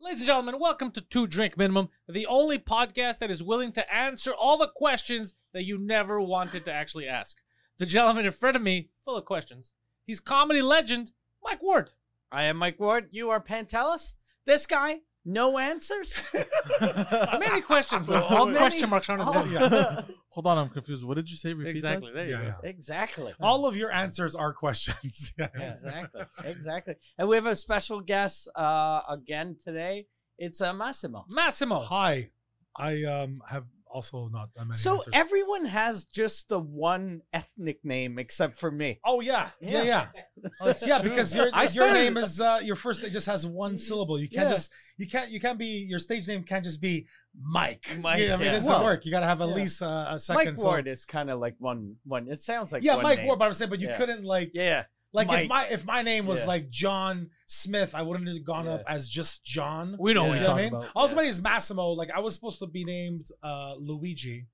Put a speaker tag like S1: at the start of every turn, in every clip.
S1: Ladies and gentlemen, welcome to Two Drink Minimum, the only podcast that is willing to answer all the questions that you never wanted to actually ask. The gentleman in front of me, full of questions, he's comedy legend Mike Ward.
S2: I am Mike Ward. You are Pantelis. This guy, no answers.
S1: Many questions, though. all
S2: Many-
S1: question marks
S3: Oh.
S1: on his
S2: all-
S1: head.
S4: Hold on, I'm confused. What did you say? Repeat that?
S1: Exactly. There you
S3: Yeah,
S1: go.
S3: yeah.
S2: exactly.
S3: All of your answers are questions. Oh, Yeah.
S2: Exactly. Exactly. And we have a special guest uh, again today. It's uh, Massimo.
S1: Massimo.
S3: Oh, Hi, I um have also not that many.
S2: So
S3: answers.
S2: everyone has just the one ethnic name except for me.
S3: oh yeah, yeah, yeah,
S2: Oh,
S3: yeah, because your
S1: I
S3: your
S1: started-
S3: name is uh, your first name just has one syllable. You can't
S2: Yeah.
S3: just you can't you can't be your stage name can't just be Mike.
S2: Mike,
S3: you know, I mean,
S2: yeah.
S3: it doesn't
S2: Well,
S3: work. You gotta have at
S2: yeah.
S3: least uh, a second.
S2: Mike
S3: syllable.
S2: Ward is kind of like one one. It sounds like
S3: yeah,
S2: one
S3: Mike
S2: name.
S3: Ward. But I'm saying, but you
S2: Yeah.
S3: couldn't like
S2: Yeah.
S3: like
S2: Mike.
S3: if my if my name was
S2: Yeah.
S3: like John Smith, I wouldn't have gone
S2: Yeah.
S3: up as just John.
S1: We know
S2: Yeah.
S1: what he's
S3: You know what I
S1: talking
S3: mean?
S1: about.
S3: Also, my name is Massimo. Like, I was supposed to be named uh, Luigi,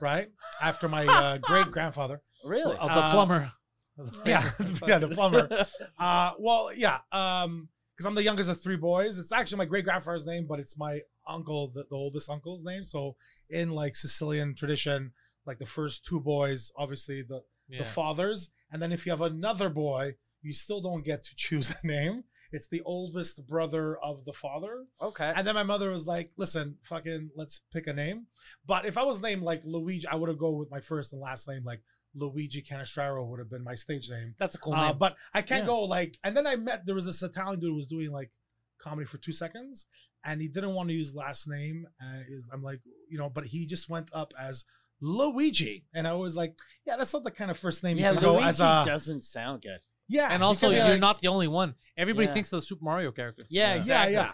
S3: right? After my uh, great grandfather.
S2: Really?
S1: Of the
S3: Uh,
S1: plumber.
S3: Yeah, yeah, the plumber. Uh, well, yeah, um, because I'm the youngest of three boys. It's actually my great grandfather's name, but it's my uncle, the, the oldest uncle's name. So, in like Sicilian tradition, like the first two boys, obviously the
S1: Yeah.
S3: the fathers, and then if you have another boy, you still don't get to choose a name. It's the oldest brother of the father.
S2: okay.
S3: And then my mother was like, listen, fucking, let's pick a name. But if I was named like Luigi, I would have go with my first and last name. Like Luigi Canestraro would have been my stage name.
S1: That's a cool
S3: Uh,
S1: name.
S3: but I can't
S1: Yeah.
S3: go like, and then I met, there was this Italian dude who was doing like comedy for two seconds and he didn't want to use last name. Uh, is I'm like, you know, but he just went up as Luigi. And I was like, yeah, that's not the kind of first name
S2: yeah,
S3: you can
S2: Luigi
S3: go as a,
S2: doesn't sound good.
S3: yeah.
S1: and
S3: you
S1: also,
S3: can be
S1: you're
S3: like-
S1: not the only one. Everybody
S2: Yeah.
S1: thinks of the Super Mario character.
S2: Yeah, exactly.
S3: Yeah,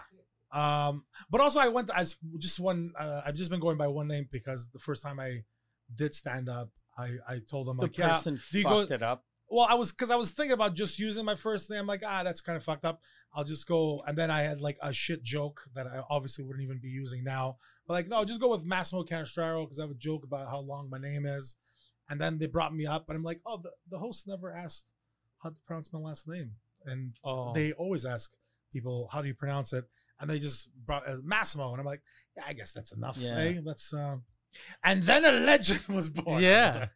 S3: yeah. Um, but also I went as just one. Uh, I've just been going by one name because the first time I did stand up, I I told them
S2: The
S3: like, yeah.
S2: person
S3: do you go-
S2: fucked it up.
S3: Well, I was because I was thinking about just using my first name. like, ah, that's kind of fucked up. I'll just go. And then I had like a shit joke that I obviously wouldn't even be using now. But like, no, just go with Massimo Canestraro because I have a joke about how long my name is. And then they brought me up, and I'm like, oh, the, the host never asked how to pronounce my last name, and
S1: Oh.
S3: they always ask people how do you pronounce it and they just brought uh, massimo and i'm like yeah i guess that's enough
S2: Yeah.
S3: eh? that's um and then a legend was born
S1: Yeah.
S3: That's right.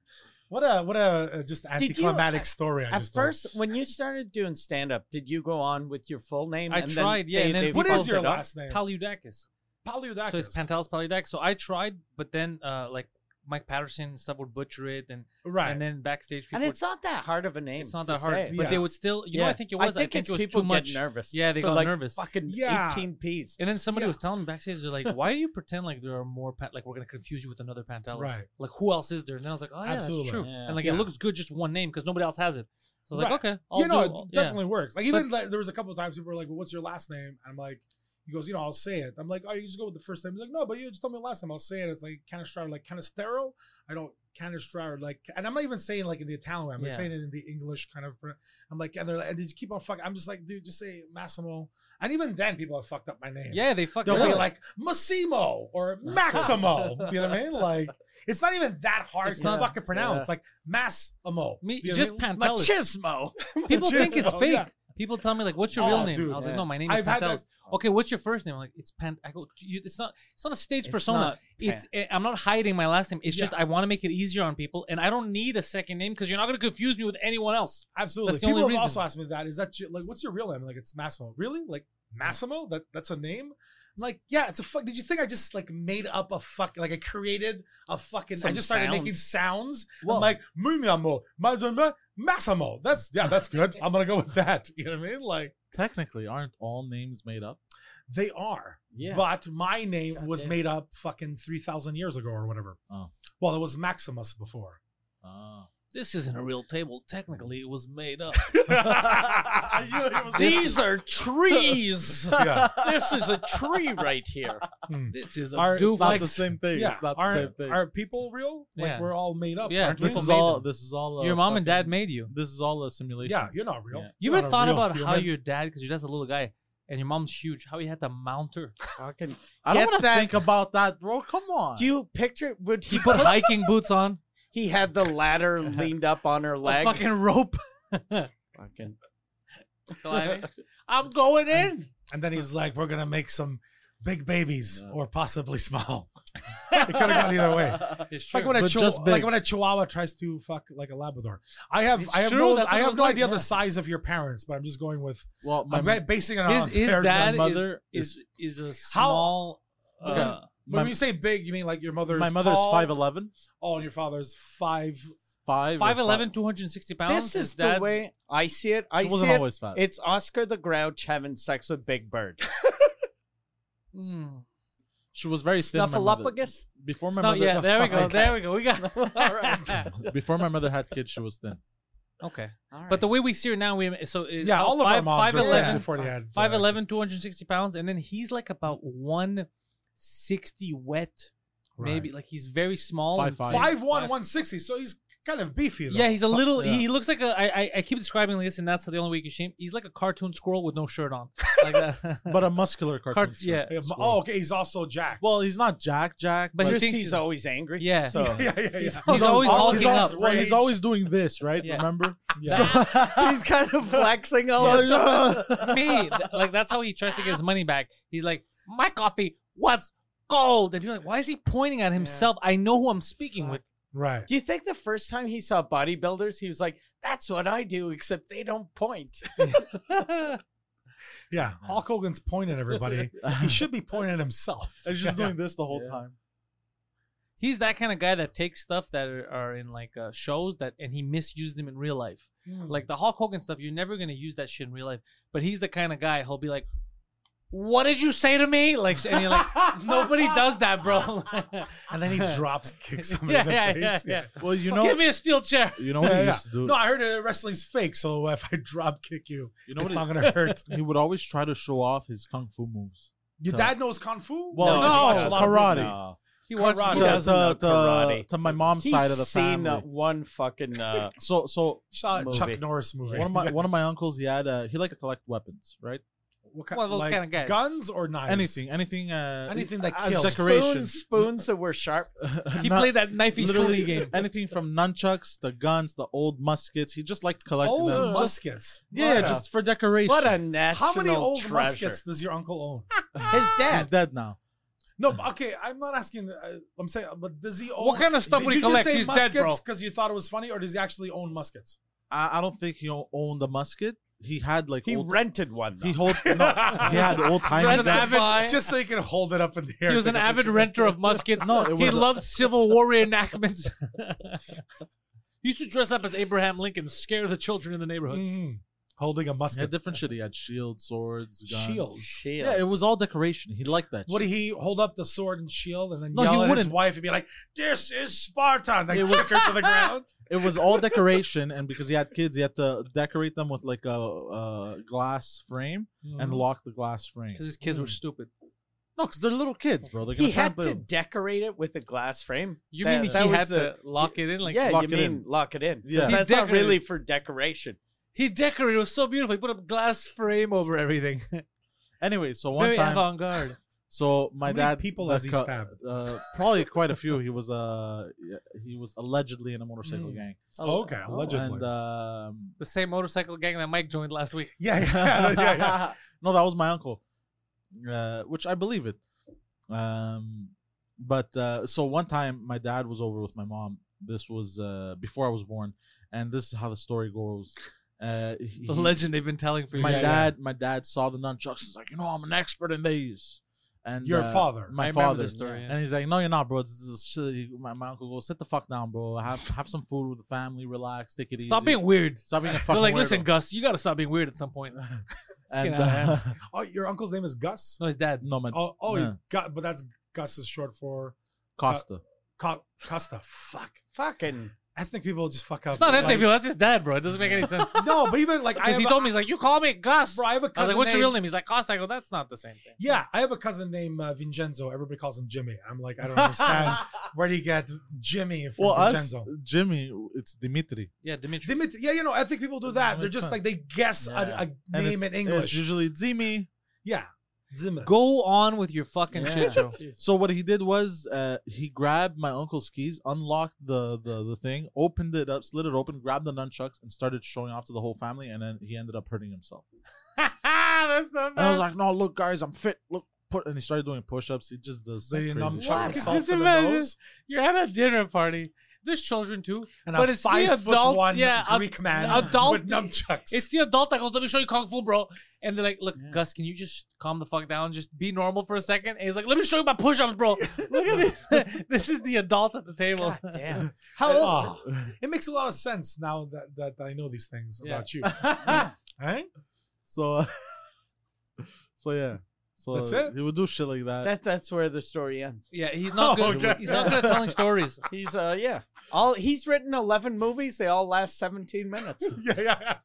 S3: what a what a uh, just
S2: you-
S3: anticlimactic story I
S2: At
S3: just told.
S2: first, when you started doing stand up, did you go on with your full name?
S1: I tried, yeah, and then
S3: what
S1: people
S3: is your
S2: followed it up?
S3: last name
S1: Paludakis.
S3: Paludakis.
S1: So it's Pantelis Paludakis. So I tried, but then uh, like Mike Patterson and stuff would butcher it, and
S3: right
S1: and then backstage people
S2: And it's not that hard of a name.
S1: it's not
S2: to
S1: that hard,
S2: say.
S1: but
S3: Yeah.
S1: they would still. You know,
S2: Yeah.
S1: I think it was. I think,
S2: it's
S1: it was
S2: people
S1: too much.
S2: get nervous.
S1: Yeah, they
S2: for
S1: got
S2: like
S1: nervous.
S2: Fucking
S3: Yeah.
S2: 18 P's.
S1: And then somebody
S3: Yeah.
S1: was telling me backstage, they're like, "Why do you pretend like there are more? Pat- like we're gonna confuse you with another Pantelis?
S3: Right.
S1: Like who else is there?" And then I was like, "Oh yeah,
S3: Absolutely.
S1: that's true."
S2: Yeah.
S1: And like
S3: Yeah.
S1: it looks good just one name because nobody else has it. So I was
S3: Right.
S1: like, "Okay, I'll
S3: you know,
S1: do- I'll-
S3: it
S1: yeah.
S3: definitely works. Like even like, there was a couple of times people were like, well, "What's your last name?" I'm like, he goes, "You know, I'll say it." I'm like, "Oh, you just go with the first name." He's like, "No, but you just tell me the last name. I'll say it." It's like Canestraro, like Canestero. I don't Canestraro, like, and I'm not even saying like in the Italian way. I'm
S1: Yeah.
S3: saying it in the English kind of. pro- I'm like, and they're like, and they just keep on fucking. I'm just like, dude, just say Massimo. And even then, people have fucked up my name.
S1: Yeah, they fucking
S3: They'll
S1: really.
S3: be like Massimo or Maximo. you know what I mean? Like, it's not even that hard
S1: It's
S3: to
S1: not-
S3: fucking pronounce.
S2: yeah.
S3: Like Massimo.
S1: me,
S3: You know what I
S1: just Pantelis.
S3: mean?
S2: Machismo.
S1: People think
S3: Machismo,
S1: it's fake.
S3: Oh, yeah.
S1: People tell me like, "What's your
S3: Oh,
S1: real name?"
S3: dude,
S1: I was
S2: yeah.
S1: like, "No, my name is
S3: I've had
S1: Pantelis." Okay, what's your first name? I'm like, "It's Pant." I go, you, "It's not. It's not a stage persona. It's. eh, I'm not hiding my last name. It's
S3: Yeah.
S1: just I want to make it easier on people, and I don't need a second name because you're not going to confuse me with anyone else.
S3: Absolutely.
S1: That's the
S3: People
S1: only
S3: have
S1: reason.
S3: also asked me that. Is that you, like what's your real name? Like it's Massimo. Really? Like Massimo? That that's a name? I'm like, yeah, it's a fuck. Did you think I just like made up a fuck? Like I created a fucking. I
S2: Some
S3: just started
S2: sounds.
S3: making sounds.
S1: Well-
S3: I'm like Mumiamo, Madonna, Massimo. That's yeah, that's good. I'm gonna go with that. You know what I mean? Like
S4: Technically, aren't all names made up?
S3: They are.
S4: Yeah.
S3: But my name
S2: God
S3: was
S2: damn.
S3: made up fucking 3,000 years ago or whatever.
S4: Oh.
S3: Well, it was Maximus before.
S4: Oh.
S1: This isn't a real table. Technically, it was made up.
S2: These are trees.
S3: Yeah.
S2: this is a tree right here.
S3: Hmm.
S1: This is a
S3: Our-
S4: It's
S1: doof.
S4: not
S3: like-
S4: the same thing.
S3: yeah.
S4: It's not the
S3: are,
S4: same thing.
S3: are people real? Like
S1: Yeah.
S3: we're all made up.
S1: Yeah,
S3: aren't we?
S4: this
S1: people
S4: is
S1: made
S4: all.
S1: them.
S4: This is all. uh,
S1: Your mom and dad
S4: fucking-
S1: made you.
S4: This is all a simulation.
S3: Yeah, you're not real.
S4: Yeah.
S1: You
S3: You're
S1: ever
S3: not a
S1: thought
S3: real
S1: about how
S3: human.
S1: your dad, because your dad's a little guy, and your mom's huge, how he had to mount her?
S2: Fucking,
S4: I don't
S2: Get
S4: want to
S2: that-
S4: think about that, bro. Come on.
S2: do you picture? Would
S1: He
S2: he
S1: put
S2: put?
S1: hiking boots on,
S2: He had the ladder leaned up on her
S1: a
S2: leg.
S1: fucking rope
S2: Fucking-
S1: climbing. I'm going in.
S3: And then he's like, "We're gonna make some big babies,
S4: Yeah.
S3: or possibly small." it could have gone either way.
S1: It's
S3: Like when, a
S4: But
S3: chihu-
S4: just
S3: like
S4: big.
S3: when a Chihuahua tries to fuck like a Labrador. I have
S1: It's
S3: I have
S1: true,
S3: no
S1: that's
S3: I
S1: what it
S3: have
S1: was
S3: no
S1: like,
S3: idea
S1: yeah.
S3: the size of your parents, but I'm just going with
S4: Well, my
S3: I'm ba- basing it on
S1: his, his
S3: their-
S1: dad
S4: my
S1: is,
S4: mother
S1: is is a
S3: How-
S1: small.
S3: Because
S1: uh,
S3: When
S4: my-
S3: you say big, you mean like your mother's
S4: my mother's
S3: tall,
S4: five eleven.
S3: Oh, and your father's five.
S4: Five. or
S1: 5'11", 260 pounds.
S2: This
S1: his
S2: is the
S1: dad's-
S2: way I see it. I
S4: She
S2: see
S4: wasn't
S2: it.
S4: always fat.
S2: It's Oscar the Grouch having sex with Big Bird.
S1: Mm.
S4: She was very thin. my mother.
S2: Snuffleupagus.
S4: Before my
S1: No,
S4: mother.
S1: yeah, there we
S4: Stuff
S1: go.
S4: like
S1: There we go. We got
S4: that. Before my mother had kids, she was thin.
S1: okay.
S2: All right.
S1: But the way we see her now, we so it's
S3: Yeah,
S1: about
S3: all of our
S1: five,
S3: moms were
S1: 5'11",
S3: fat before they had. uh,
S1: 5'11", 260 pounds, and then he's like about one sixty wet, maybe. Like he's very small. and
S4: 5'5".
S1: thin.
S3: Five one one sixty. So he's kind of beefy. Though.
S1: Yeah, he's a little.
S4: Yeah.
S1: He looks like a. I, I I keep describing like this, and that's the only way you can shame. He's like a cartoon squirrel with no shirt on, like that.
S4: But a muscular cartoon.
S1: Cart-
S4: squirrel.
S1: yeah.
S4: Squirrel.
S3: Oh, okay. He's also Jack.
S4: Well, he's not Jack. Jack.
S1: But
S4: But,
S1: he
S2: Just
S1: thinks
S2: he's
S1: he's-
S2: always angry.
S1: yeah.
S4: so
S3: yeah, yeah, yeah.
S1: he's always
S3: always
S1: hulking
S3: always
S1: up.
S4: well, he's
S3: rage.
S4: always doing this, right?
S1: Yeah.
S4: Remember?
S3: Yeah.
S2: so he's kind of flexing all the time.
S1: me. Th- Like that's how he tries to get his money back. He's like, my coffee was gold. And you're like, why is he pointing at himself? I know who I'm speaking with.
S3: Right.
S2: Do you think the first time he saw bodybuilders, he was like, "That's what I do, except they don't point."
S3: Yeah. Hulk Hogan's pointing at everybody. he should be pointing at himself.
S4: He's just
S3: Yeah.
S4: doing this the whole
S2: Yeah.
S4: time.
S1: He's that kind of guy that takes stuff that are, are in like uh, shows that and he misused them in real life.
S3: Hmm.
S1: Like the Hulk Hogan stuff, you're never gonna use that shit in real life. But he's the kind of guy who'll be like, "What did you say to me?" Like, and you're like, "Nobody does that, bro."
S3: and then he drops kicks somebody in the
S1: Yeah, yeah,
S3: face.
S1: yeah,
S4: Well, you
S1: Give
S4: know,
S1: me a steel chair.
S4: you know what
S3: Yeah,
S4: he
S3: yeah.
S4: used to do.
S3: No, I heard uh, wrestling's fake, so if I drop kick you,
S4: you know
S3: it's
S4: what
S3: not gonna hurt.
S4: he, he would always try to show off his kung fu moves.
S3: Your
S4: No.
S3: dad knows kung fu.
S4: Well,
S1: No.
S3: He just watched a lot of
S4: karate.
S3: movies.
S1: He watches
S3: Karate.
S4: To,
S2: He doesn't know
S4: to, to,
S2: karate.
S4: to my mom's side of the
S2: He's seen
S4: family.
S2: uh, one fucking. Uh,
S4: so, so
S3: Saw a Chuck
S2: Movie.
S3: Norris movie.
S4: one of my one of my uncles, he had uh, he liked to collect weapons, right?
S3: What ki-
S1: One of those
S3: like
S1: kinda guys.
S3: Guns or knives?
S4: Anything, anything, uh,
S3: Anything that
S4: as
S3: kills.
S4: decoration.
S2: spoons, spoons that were sharp.
S1: He
S4: Not-
S1: played that knifey
S4: literally
S1: spoonie game.
S4: anything from nunchucks, the guns, the old muskets. He just liked collecting
S3: Old
S4: them. Just-
S3: muskets.
S4: yeah,
S3: What a-
S4: just for decoration.
S2: What a national
S3: How many old
S2: treasure!
S3: muskets does your uncle own?
S2: His dad.
S4: He's dead now.
S3: No, but okay. I'm not asking. Uh, I'm saying, but does he own?
S1: What kind of stuff
S3: Did
S1: would he
S3: you just
S1: collect?
S3: say
S1: He's dead,
S3: muskets
S1: bro.
S3: Because you thought it was funny, or does he actually own muskets?
S4: I, I don't think he o- owned a musket. He had like
S2: he
S4: old,
S2: rented one. Though.
S4: he hold no, he had old
S1: He was an
S4: time.
S1: avid,
S3: Just so you can hold it up in the air.
S1: he was
S3: and
S1: an
S3: take a
S1: avid
S3: picture.
S1: renter of muskets.
S4: No, it
S1: he
S4: was a-
S1: loved Civil War reenactments. he used to dress up as Abraham Lincoln, scare the children in the neighborhood.
S3: Mm, holding a
S4: He had
S3: musket.
S4: different shit. He had shields, swords,
S1: Uh,
S4: guns.
S3: Shields.
S2: Shields.
S4: Yeah, it was all decoration. He liked that.
S3: Would
S4: shit.
S3: he hold up the sword and shield and then
S4: No, he
S3: yell at his
S4: wouldn't.
S3: wife and be like, "This is Sparta," and then
S4: It
S3: kick her to the ground?
S4: It was all decoration, and because he had kids, he had to decorate them with like a, uh glass frame and lock the glass frame.
S1: Because his kids were stupid.
S4: No, because they're little kids, bro. They're gonna
S2: He
S4: try and
S2: had
S4: play
S2: to
S4: them.
S2: decorate it with a glass frame.
S1: You
S2: That-
S1: mean
S2: that
S1: he
S2: was
S1: had
S2: the-
S1: to lock it in? Like
S2: yeah,
S4: lock
S2: you
S4: it
S2: mean
S4: in.
S2: lock it in?
S4: Yeah.
S2: Yeah,
S4: He
S2: that's not
S1: decorated-
S2: really for decoration.
S1: he decorated. It was so beautiful. He put a glass frame over everything.
S4: Anyway, so one
S1: Very
S4: time,
S1: avant-garde.
S4: so my
S3: How many
S4: dad
S3: people
S4: that
S3: has he
S4: co-
S3: stabbed?
S4: Uh, probably quite a few. He was uh yeah, he was allegedly in a motorcycle
S3: Mm.
S4: gang.
S3: Oh, okay, allegedly.
S4: And um,
S1: The same motorcycle gang that Mike joined last week.
S3: yeah, yeah, yeah, yeah.
S4: no, that was my uncle, uh, which I believe it. Um, but uh, so one time my dad was over with my mom. This was uh, before I was born, and this is how the story goes. Uh, he-
S1: The legend they've been telling for
S4: my
S1: years.
S4: dad, my dad saw the nunchucks. He's like, you know, I'm an expert in these. And
S3: Your
S4: uh,
S3: father.
S4: my
S1: I remember
S4: father,
S1: this story. yeah.
S4: and he's like, "No, you're not, bro. This is shit." He- My, my uncle goes, "Sit the fuck down, bro. Have have some food with the family. Relax. Take it easy.
S1: Stop being weird.
S4: Stop being a
S1: They're
S4: fucking
S1: like,
S4: weirdo."
S1: listen, Gus, you got to stop being weird at some point. Let's get
S4: And,
S1: out of hand.
S4: uh,
S3: Oh, your uncle's name is Gus.
S1: No, his dad.
S4: no man,
S3: Oh, oh,
S4: Yeah.
S3: Gus, but that's Gus is short for
S4: Costa.
S3: Co- Costa. Fuck,
S2: Fucking.
S3: ethnic people just fuck up.
S1: It's not
S3: Like-
S1: anything, bro. That's his dad, bro. It doesn't make any sense.
S3: No, but even like I
S1: Because
S3: have
S1: he
S3: a-
S1: told me, he's like, you call me Gus.
S3: Bro, I have a
S1: I was
S3: cousin
S1: like, what's your
S3: named-
S1: real name? He's like, Costa. I go, that's not the same thing.
S3: Yeah, I have a cousin named uh, Vincenzo. Everybody calls him Jimmy. I'm like, I don't understand where do you get Jimmy from
S4: Well, us,
S3: Vincenzo?
S4: Jimmy, it's Dimitri.
S1: Yeah, Dimitri.
S3: Dimitri. Yeah, you know, I think people do
S4: Doesn't
S3: that.
S4: make
S3: They're just
S4: sense.
S3: like they guess
S4: Yeah.
S3: a, a
S4: And
S3: name
S4: it's-
S3: in English.
S4: It's usually Zimi.
S3: yeah, Zimmer.
S1: Go on with your fucking shit show.
S4: So what he did was uh, he grabbed my uncle's keys, unlocked the, the the thing, opened it up, slid it open, grabbed the nunchucks, and started showing off to the whole family. And then he ended up hurting himself.
S1: that's the
S4: And I was
S1: best.
S4: like, "No, look, guys, I'm fit. Look, put." And he started doing push-ups. He just does.
S3: They
S4: crazy
S3: numb
S4: shit.
S3: chop
S1: What?
S3: himself
S1: Just
S3: in the
S1: imagine.
S3: nose.
S1: You're at a dinner party. There's children too.
S3: And
S1: But
S3: a
S1: it's the
S3: five foot
S1: adult-
S3: one
S1: yeah, ad-
S3: Greek man
S1: adult-
S3: with nunchucks.
S1: It's the adult that goes, let me show you Kung Fu, bro. And they're like, look, Gus, can you just calm the fuck down? Just be normal for a second. And he's like, let me show you my push ups, bro. Look at this. this is the adult at the table.
S2: God damn.
S3: How it makes a lot of sense now that, that, I know these things
S1: Yeah.
S3: about you.
S2: How
S3: Right?
S4: So, uh, so yeah. So
S3: That's it?
S4: He would do shit like that.
S2: that that's where the story ends.
S1: Yeah, he's not
S3: Oh,
S1: good.
S3: okay.
S1: He's not good at telling stories.
S2: He's uh yeah. All he's written eleven movies. They all last seventeen minutes.
S3: yeah, yeah, yeah.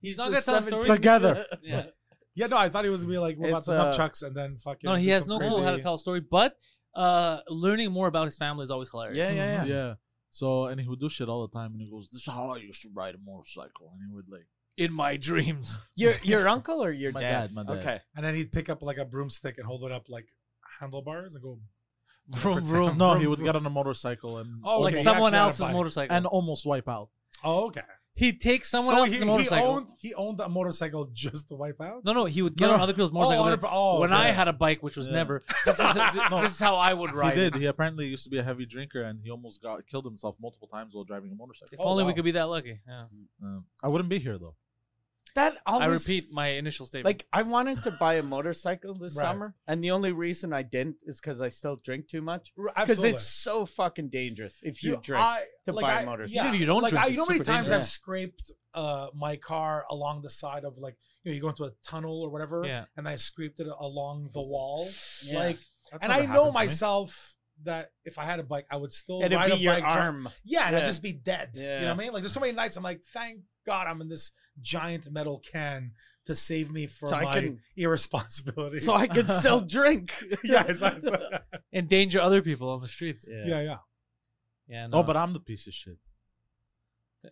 S1: He's
S2: He's
S1: not
S2: the
S1: gonna tell a
S2: 17
S1: story.
S4: Together.
S1: Yeah.
S3: Yeah, no, I thought he was gonna be like what about
S2: It's,
S3: the
S2: uh,
S3: nunchucks and then fucking.
S1: No, he
S3: do
S1: has no
S3: some
S1: clue how to
S3: crazy-
S1: tell a story, but uh, learning more about his family is always hilarious.
S2: Yeah,
S3: Mm-hmm.
S2: yeah, yeah.
S4: yeah. So and he would do shit all the time. And he goes, "This is how I used to ride a motorcycle." And he would like,
S1: In my dreams.
S2: Your your uncle or your
S4: My
S2: dad?
S4: dad, my dad.
S2: Okay.
S3: And then he'd pick up like a broomstick and hold it up like handlebars and go.
S1: Vroom, vroom.
S4: no, he would get on a motorcycle and
S3: Oh,
S1: Like
S3: okay, he
S1: someone
S3: actually had a
S1: else's
S3: bike.
S1: motorcycle.
S4: and almost wipe out.
S3: Oh, okay.
S1: he'd take someone
S3: So
S1: else's
S3: he,
S1: motorcycle.
S3: He owned, he owned a motorcycle just to wipe out.
S1: no, no, he would get
S4: No,
S1: on
S4: no.
S1: other people's motorcycles.
S3: Oh,
S1: and be like,
S3: oh,
S1: when
S3: okay.
S1: I had a bike, which was
S4: Yeah.
S1: never, this is, this is how I would ride.
S4: He
S1: it.
S4: did. He apparently used to be a heavy drinker, and he almost got killed himself multiple times while driving a motorcycle.
S1: If
S3: Oh,
S1: only we
S3: wow.
S1: could be that lucky. Yeah.
S4: Uh, I wouldn't be here though.
S2: That always
S1: I repeat my initial statement.
S2: Like I wanted to buy a motorcycle this
S3: Right.
S2: summer, and the only reason I didn't is because I still drink too much.
S3: R-
S2: Because
S3: absolutely.
S2: it's so fucking dangerous if you
S3: Dude,
S2: drink.
S3: I-
S2: to
S3: like,
S2: buy a
S3: I-
S2: motorcycle.
S3: yeah.
S1: Even if you don't
S3: like,
S1: drink,
S3: I,
S1: it's
S3: you know how many
S1: super
S3: times I've
S1: dangerous.
S3: scraped uh, my car along the side of like you know you go into a tunnel or whatever,
S1: Yeah.
S3: and I scraped it along the wall.
S2: Yeah.
S3: Like,
S4: That's
S3: and
S4: never
S3: I know
S4: happened to me.
S3: myself that if I had a bike, I would still
S2: It'd
S3: ride
S2: be
S3: a
S2: your
S3: bike. dri-
S2: arm.
S3: Yeah, and I'd
S2: Yeah.
S3: just be dead. You know
S2: Yeah.
S3: what I mean? Like, there's so many nights I'm like, thank God I'm in this giant metal can to save me from
S2: So I
S3: my
S2: can-
S3: irresponsibility.
S2: so I could still drink.
S3: yeah, it's- it's- yeah,
S1: endanger other people on the streets. Yeah.
S3: yeah,
S1: no.
S4: Oh, but I'm the piece of shit.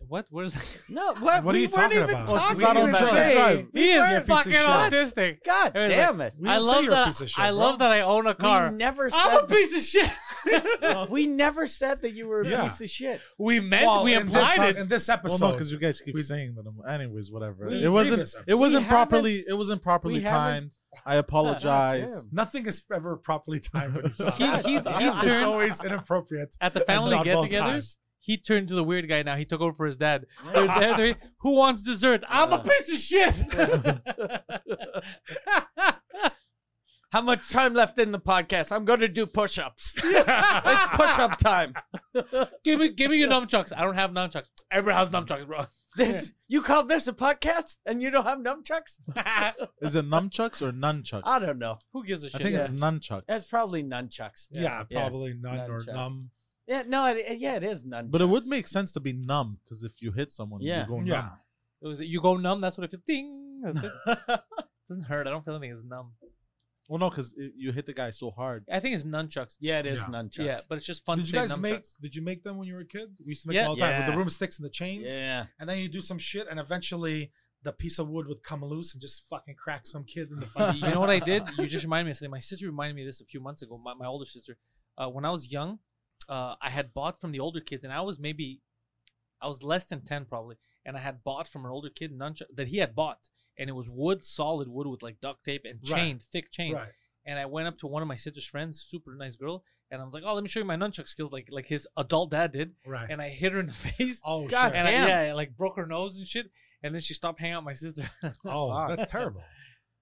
S1: what? What is that?
S2: No, what,
S3: What are
S2: we
S3: you
S2: weren't
S3: talking
S2: even
S3: about?
S4: Well, 'cause
S2: talking
S4: I don't
S2: about
S4: drive.
S2: it.
S4: Drive.
S1: He
S3: You're
S1: is
S3: a piece of
S1: fucking
S3: shit.
S1: autistic.
S2: God
S1: Everything.
S2: damn it.
S3: We
S1: I
S3: didn't say
S1: love
S3: you're a
S1: that.
S3: piece of shit,
S1: I
S3: bro.
S1: love that I own a car.
S2: We never said
S1: I'm a piece of shit.
S2: we never said that you were a
S3: Yeah.
S2: piece of shit.
S1: we meant
S3: Well,
S1: we
S3: in this-
S1: implied it.
S3: in this episode.
S4: Well, no, because you guys keep saying that. I'm, anyways, whatever.
S2: We-
S4: it wasn't.
S3: Previous
S4: It
S3: episode.
S4: wasn't
S2: We
S4: properly.
S2: haven't-
S4: It wasn't properly
S2: we haven't-
S4: timed. I apologize.
S2: Goddamn.
S3: Nothing is ever properly timed. When you talk.
S1: He- he- he
S3: it's
S1: turned-
S3: always inappropriate.
S1: At the
S3: and
S1: family
S3: not well
S1: get-togethers,
S3: timed.
S1: he turned to the weird guy. Now he took over for his dad. They're there, they're- Who wants dessert? I'm
S2: Uh.
S1: a piece of shit.
S2: How much time left in the podcast? I'm going to do push ups. it's push up time.
S1: give me, give me your nunchucks. I don't have nunchucks. Everyone has nunchucks, bro.
S2: This You call this a podcast and you don't have nunchucks?
S4: Is it nunchucks or nunchucks?
S2: I don't know.
S1: Who gives a
S4: I
S1: shit?
S4: think
S2: yeah.
S4: it's nunchucks.
S2: That's probably nunchucks.
S3: Yeah, probably none or
S2: Nunchuck.
S3: numb.
S2: Yeah, no, it, it- yeah, it is nunchucks.
S4: Um, but it would make sense to be numb because if you hit someone,
S2: Yeah.
S4: you go numb.
S3: Yeah.
S1: It was you go numb. That's what it feels. Ding. That's it. Doesn't hurt. I don't feel anything. It's numb.
S4: Well, no, because you hit the guy so hard.
S1: I think it's nunchucks.
S2: Yeah, it is
S3: Yeah.
S2: nunchucks.
S1: Yeah, but it's just fun
S3: Did
S1: to
S3: you
S1: say
S3: guys
S1: nunchucks.
S3: make? Did you make them when you were a kid? We used to make
S1: Yeah.
S3: them all the time with
S2: Yeah.
S3: the broomsticks and the chains.
S2: yeah.
S3: And then you do some shit, and eventually the piece of wood would come loose and just fucking crack some kid in the fucking.
S1: you know what I did? You just reminded me of something. My sister reminded me of this a few months ago. My, my older sister, uh, when I was young, uh, I had bought from the older kids, and I was maybe, I was less than ten probably, and I had bought from an older kid nunchuck that he had bought, and it was wood, solid wood with like duct tape and
S3: Right.
S1: chain, thick chain.
S3: Right.
S1: And I went up to one of my sister's friends, super nice girl, and I was like, "Oh, let me show you my nunchuck skills, like like his adult dad did."
S3: Right.
S1: And I hit her in the face,
S3: oh
S2: God
S3: shit.
S1: and I,
S2: damn.
S1: yeah, I, like broke her nose and shit. And then she stopped hanging out with my sister.
S3: oh,
S2: Fuck.
S3: that's terrible.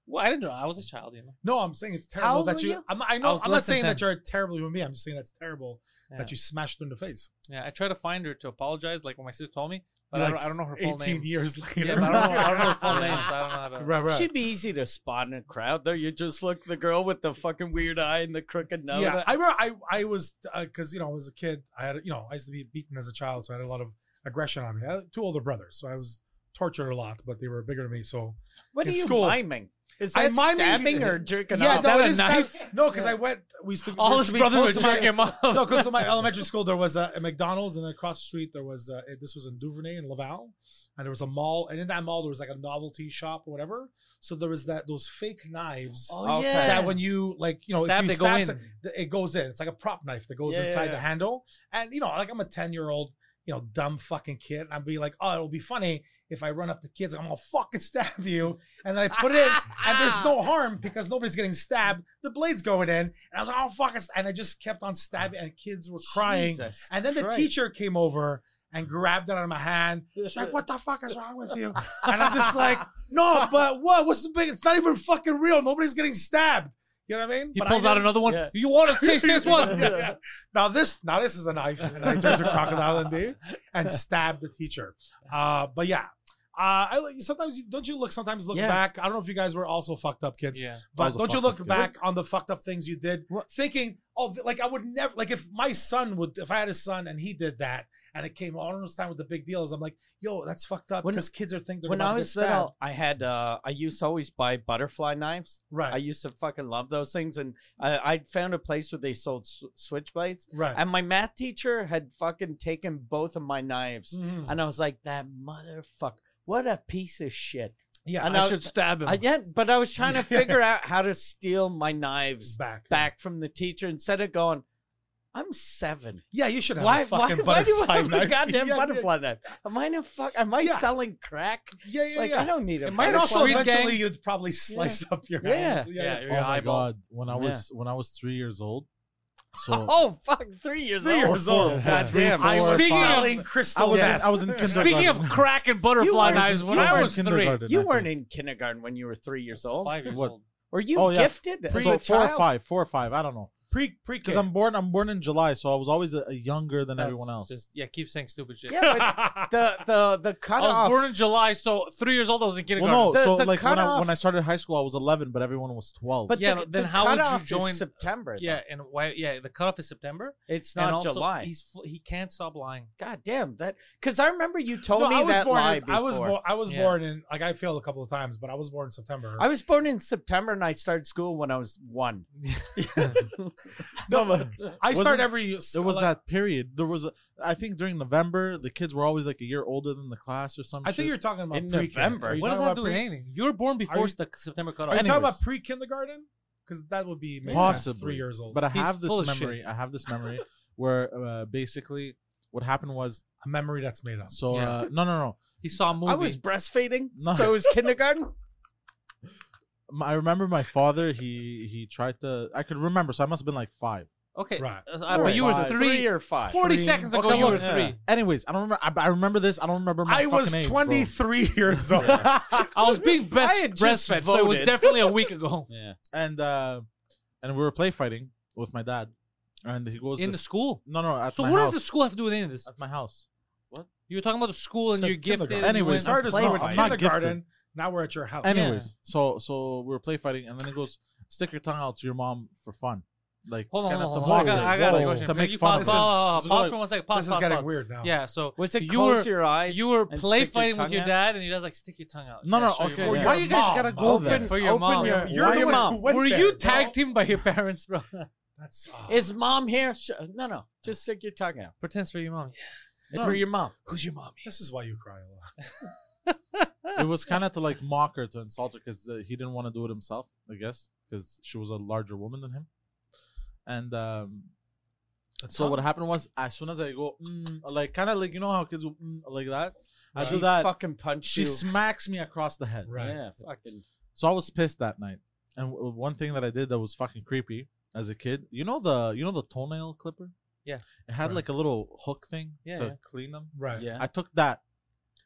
S1: Well, I didn't know. I was a child, you know.
S3: No, I'm saying it's
S2: How
S3: terrible
S2: old
S3: that
S2: were
S3: you.
S2: you?
S3: I'm not, I
S1: I
S3: know.
S1: was
S3: I'm
S1: less than
S3: not saying
S1: 10.
S3: that you're a terrible human being. I'm just saying that's terrible
S1: Yeah.
S3: that you smashed her in the face.
S1: yeah, I tried to find her to apologize, like when my sister told me, but
S3: You're
S1: I,
S3: like
S1: don't, I don't know her full
S3: 18
S1: name.
S3: years
S1: Yeah,
S3: later.
S1: but I, don't know, I don't know her full name, so I don't know how to.
S3: Right, right.
S2: She'd be easy to spot in a crowd, though. You just look the girl with the fucking weird eye and the crooked nose.
S3: yeah, I remember I, I was because you know as a kid I had you know I used to be beaten as a child, so I had a lot of aggression on me. I had two older brothers, so I was tortured a lot, but they were bigger than me. So
S2: what are
S3: in
S2: you
S3: school.
S2: miming? Is
S3: I
S2: that
S3: miming-
S2: stabbing or jerking
S3: yeah,
S2: off?
S3: no,
S1: that
S3: it
S1: a
S3: is that-
S1: knife?
S3: no, because I went. We used to
S1: All
S3: there
S1: his
S3: used to be
S1: brothers
S3: close
S1: would
S3: to my-
S1: jerk him off.
S3: No, because in my elementary school there was a, a McDonald's, and across the street there was a, this was in Duvernay and Laval, and there was a mall, and in that mall there was like a novelty shop or whatever. So there was that those fake knives
S2: Oh,
S1: Okay.
S2: yeah.
S3: that when you like you know
S1: Stab,
S3: if
S1: they
S3: you
S1: go
S3: stab,
S1: in.
S3: some- th- it goes in. It's like a prop knife that goes
S2: Yeah, yeah,
S3: inside the
S2: yeah.
S3: handle, and you know like I'm a ten year old. You know, dumb fucking kid. I'd be like, oh, it'll be funny if I run up to kids. I'm gonna fucking stab you, and then I put it in, and there's no harm because nobody's getting stabbed. The blade's going in, and I was like, oh fuck, it's-" and I just kept on stabbing, and kids were crying.
S2: Jesus
S3: and then the
S2: Christ.
S3: teacher came over and grabbed it out of my hand. She's like, "What the fuck is wrong with you?" And I'm just like, "No, but what? What's the big? It's not even fucking real. Nobody's getting stabbed." You know what I mean?
S1: He
S3: But I
S1: pulls out
S3: didn't-
S1: another one.
S2: Yeah.
S1: You want to taste this one?
S3: Yeah, yeah. Now this, now this is a knife, and I turned to crocodile and Dave and stabbed the teacher. Uh, but yeah, uh, I like- sometimes you, don't you look sometimes look
S2: Yeah.
S3: back. I don't know if you guys were also fucked up kids,
S1: Yeah.
S4: I
S3: but
S4: was a
S3: don't you
S4: fucked
S3: look
S4: up kid.
S3: back on the fucked up things you did,
S4: What?
S3: thinking, oh, th- like I would never, like if my son would, if I had a son and he did that. And it came. I don't understand what the big deal is. I'm like, yo, that's fucked up
S2: When-
S3: because kids are thinking they're
S2: when
S3: about
S2: I
S3: to get
S2: was
S3: stabbed.
S2: little, I had uh, I used to always buy butterfly knives. I
S3: right?
S2: used to fucking love those things, and I, I found a place where they sold s- switchblades.
S3: right.
S2: And my math teacher had fucking taken both of my knives,
S3: Mhm.
S2: and I was like, "That motherfucker! What a piece of shit!"
S3: yeah,
S2: and
S1: I
S2: I-
S1: should stab him.
S2: I, yeah, but I was trying to figure out how to steal my
S3: it's
S2: knives
S3: back.
S2: back from the teacher instead of going, "I'm seven.
S3: Yeah, you should have
S2: Why?
S3: a
S2: Why,
S3: fucking
S2: why
S3: butterfly
S2: do I have a
S3: knife.
S2: goddamn
S3: Yeah, yeah.
S2: butterfly knife? Am I in a fuck? Am I
S3: Yeah.
S2: selling crack?
S3: Yeah, yeah,
S2: like
S3: yeah.
S2: I don't need a.
S1: It might
S3: and
S2: butterfly
S3: also,
S1: Street
S3: eventually,
S1: gang.
S3: you'd probably slice up your
S2: Yeah.
S3: hands.
S1: yeah, your
S4: oh my
S1: eyeball.
S4: god! When I was when I was three years old, so
S2: Oh fuck! Three years
S3: Three
S2: old. Oh,
S3: years old.
S4: Yeah.
S2: God damn.
S3: I was
S1: Speaking of-
S3: selling crystal
S4: I was in,
S3: meth.
S4: I was in kindergarten.
S1: Speaking of crack and
S2: You
S1: butterfly
S2: were-
S1: knives, when
S4: You were
S1: I
S4: in
S1: was three,
S4: kindergarten, I
S2: You
S4: think.
S2: weren't in kindergarten when you were three years old.
S1: five years
S4: What?
S1: old.
S2: Were you
S4: Oh, yeah.
S2: gifted as
S4: so
S2: a
S4: four
S2: child?
S4: or five, four or five. I don't know
S3: pre pre
S4: because I'm born. I'm born in July, so I was always a, a younger than everyone else.
S1: Just yeah, keep saying stupid shit.
S2: Yeah, but the the the
S1: I
S2: cutoff.
S1: was born in July, so three years old I was in
S4: well,
S1: kindergarten.
S4: no.
S2: The-
S4: so
S2: the
S4: like when I, when I
S2: cutoff-
S4: started high school, I was 11, but everyone was 12.
S2: but
S1: Yeah,
S2: the,
S1: but then
S2: the
S1: how would you
S2: cutoff is
S1: join-
S2: September? though.
S1: Yeah, and why? Yeah, the cutoff is September.
S2: it's
S1: and
S2: not
S1: also,
S2: July.
S1: He's fu- he can't stop lying.
S2: God damn that! Because I remember you told
S3: No,
S2: me
S3: I was
S2: that
S3: born.
S2: lie
S3: in-
S2: before.
S3: I was born. I was
S1: Yeah.
S3: born in. Like I failed a couple of times, but I was born in September.
S2: I was born in September, and I started school when I was one.
S3: no, but I start
S4: Wasn't-
S3: every.
S4: there was that period. There was, a, I think, during November, the kids were always like a year older than the class or something.
S3: I think you're talking about
S2: In
S3: pre-kin.
S2: November.
S3: Are you
S1: What does
S3: talking
S1: that
S3: about
S1: do with
S3: pre-
S1: anything? You were born before
S3: you-
S1: the September
S3: Are
S1: cutoff.
S3: you talking about
S4: Anyways.
S3: pre kindergarten? Because that would be makes sense,
S4: possibly
S3: three years old.
S4: But I
S1: He's
S4: have
S1: full of
S4: this memory.
S1: shit.
S4: I have this memory where uh, basically what happened was
S3: a memory that's made up.
S4: so
S1: Yeah.
S4: uh, no no no.
S1: He saw a movie.
S2: I was breastfeeding,
S4: No.
S2: so it was kindergarten.
S4: M- I remember my father. He he tried to. I could remember, so I must have been like five.
S1: okay,
S3: Right.
S1: uh, uh, but you were
S2: Five.
S1: three.
S2: or five.
S1: Forty
S3: Three.
S1: seconds ago,
S4: Okay,
S1: Oh, you were
S4: look,
S1: three.
S4: Anyways, I don't remember. I, I remember this. I don't remember my.
S3: I was
S4: fucking age, bro.
S3: 23 years old.
S1: I was being
S2: I
S1: best
S2: had just
S1: breastfed, so it was
S2: voted.
S1: definitely a week ago
S2: Yeah.
S4: and uh, and we were play fighting with my dad, and he goes
S1: in
S4: to-
S1: the school.
S4: No, no, at
S1: So
S4: my
S1: what
S4: house.
S1: does the school have to do with any of this?
S4: at my house.
S1: You were talking about the school and
S3: Said
S1: you're gifted.
S3: kindergarten.
S1: and you
S4: Anyways,
S1: went-
S3: Started as
S4: Play
S3: well
S4: with-
S3: in
S4: I'm not
S3: kindergarten. Now we're at your house.
S1: Anyway.
S4: Anyways, so so we were play fighting, and then he goes, "Stick your tongue out to your mom for fun." Like
S1: Hold on,
S4: kinda
S1: hold on.
S4: to
S1: hold on. I
S4: motivate.
S1: got, I got a
S4: Whoa.
S1: question.
S4: to
S1: Can
S4: make
S1: you
S4: fun
S1: pause,
S4: of
S3: this.
S1: pause,
S4: This is
S1: pause
S4: like-
S1: for one second. Pause,
S3: this is
S1: pause,
S3: getting
S1: pause.
S3: weird now.
S1: Yeah, so
S2: Was it
S1: you
S2: close
S1: were
S2: your eyes?
S1: you were
S2: and
S1: play
S2: stick your
S1: fighting with
S2: tongue
S1: your
S2: out?
S1: dad, and your dad's like, "Stick your tongue out."
S4: No,
S1: Yeah,
S4: no,
S1: show your
S4: okay.
S1: mom.
S3: your
S4: Why you guys
S3: mom.
S4: gotta go
S2: Open-
S4: there?
S1: For your
S2: open
S1: mom.
S2: your-
S3: You're
S2: why
S3: the
S2: your
S3: one
S2: mom?
S3: who went
S1: Were
S3: there,
S1: you
S3: bro.
S1: tag teamed by your parents, bro?
S3: That's
S2: Is mom here? Sh- No, no. Just stick your tongue out.
S1: Pretend it's for your mom.
S2: It's for your mom.
S1: Who's your mommy?
S3: This is why you cry a lot.
S4: it was kind of to like mock her to insult her because uh, he didn't want to do it himself i guess because she was a larger woman than him and um so what happened was as soon as i go mm, like kind of like you know how kids will, mm, like that i
S3: Right.
S4: do
S2: She
S4: that
S2: fucking punched
S4: she
S2: you.
S4: smacks me across the head
S3: Right.
S2: Yeah, fucking.
S4: so i was pissed that night and w- one thing that i did that was fucking creepy as a kid you know the you know the toenail clipper
S1: Yeah.
S4: it had
S3: Right.
S4: like a little hook thing
S1: Yeah,
S4: to
S1: yeah.
S4: clean them
S3: Right.
S2: Yeah.
S4: i took that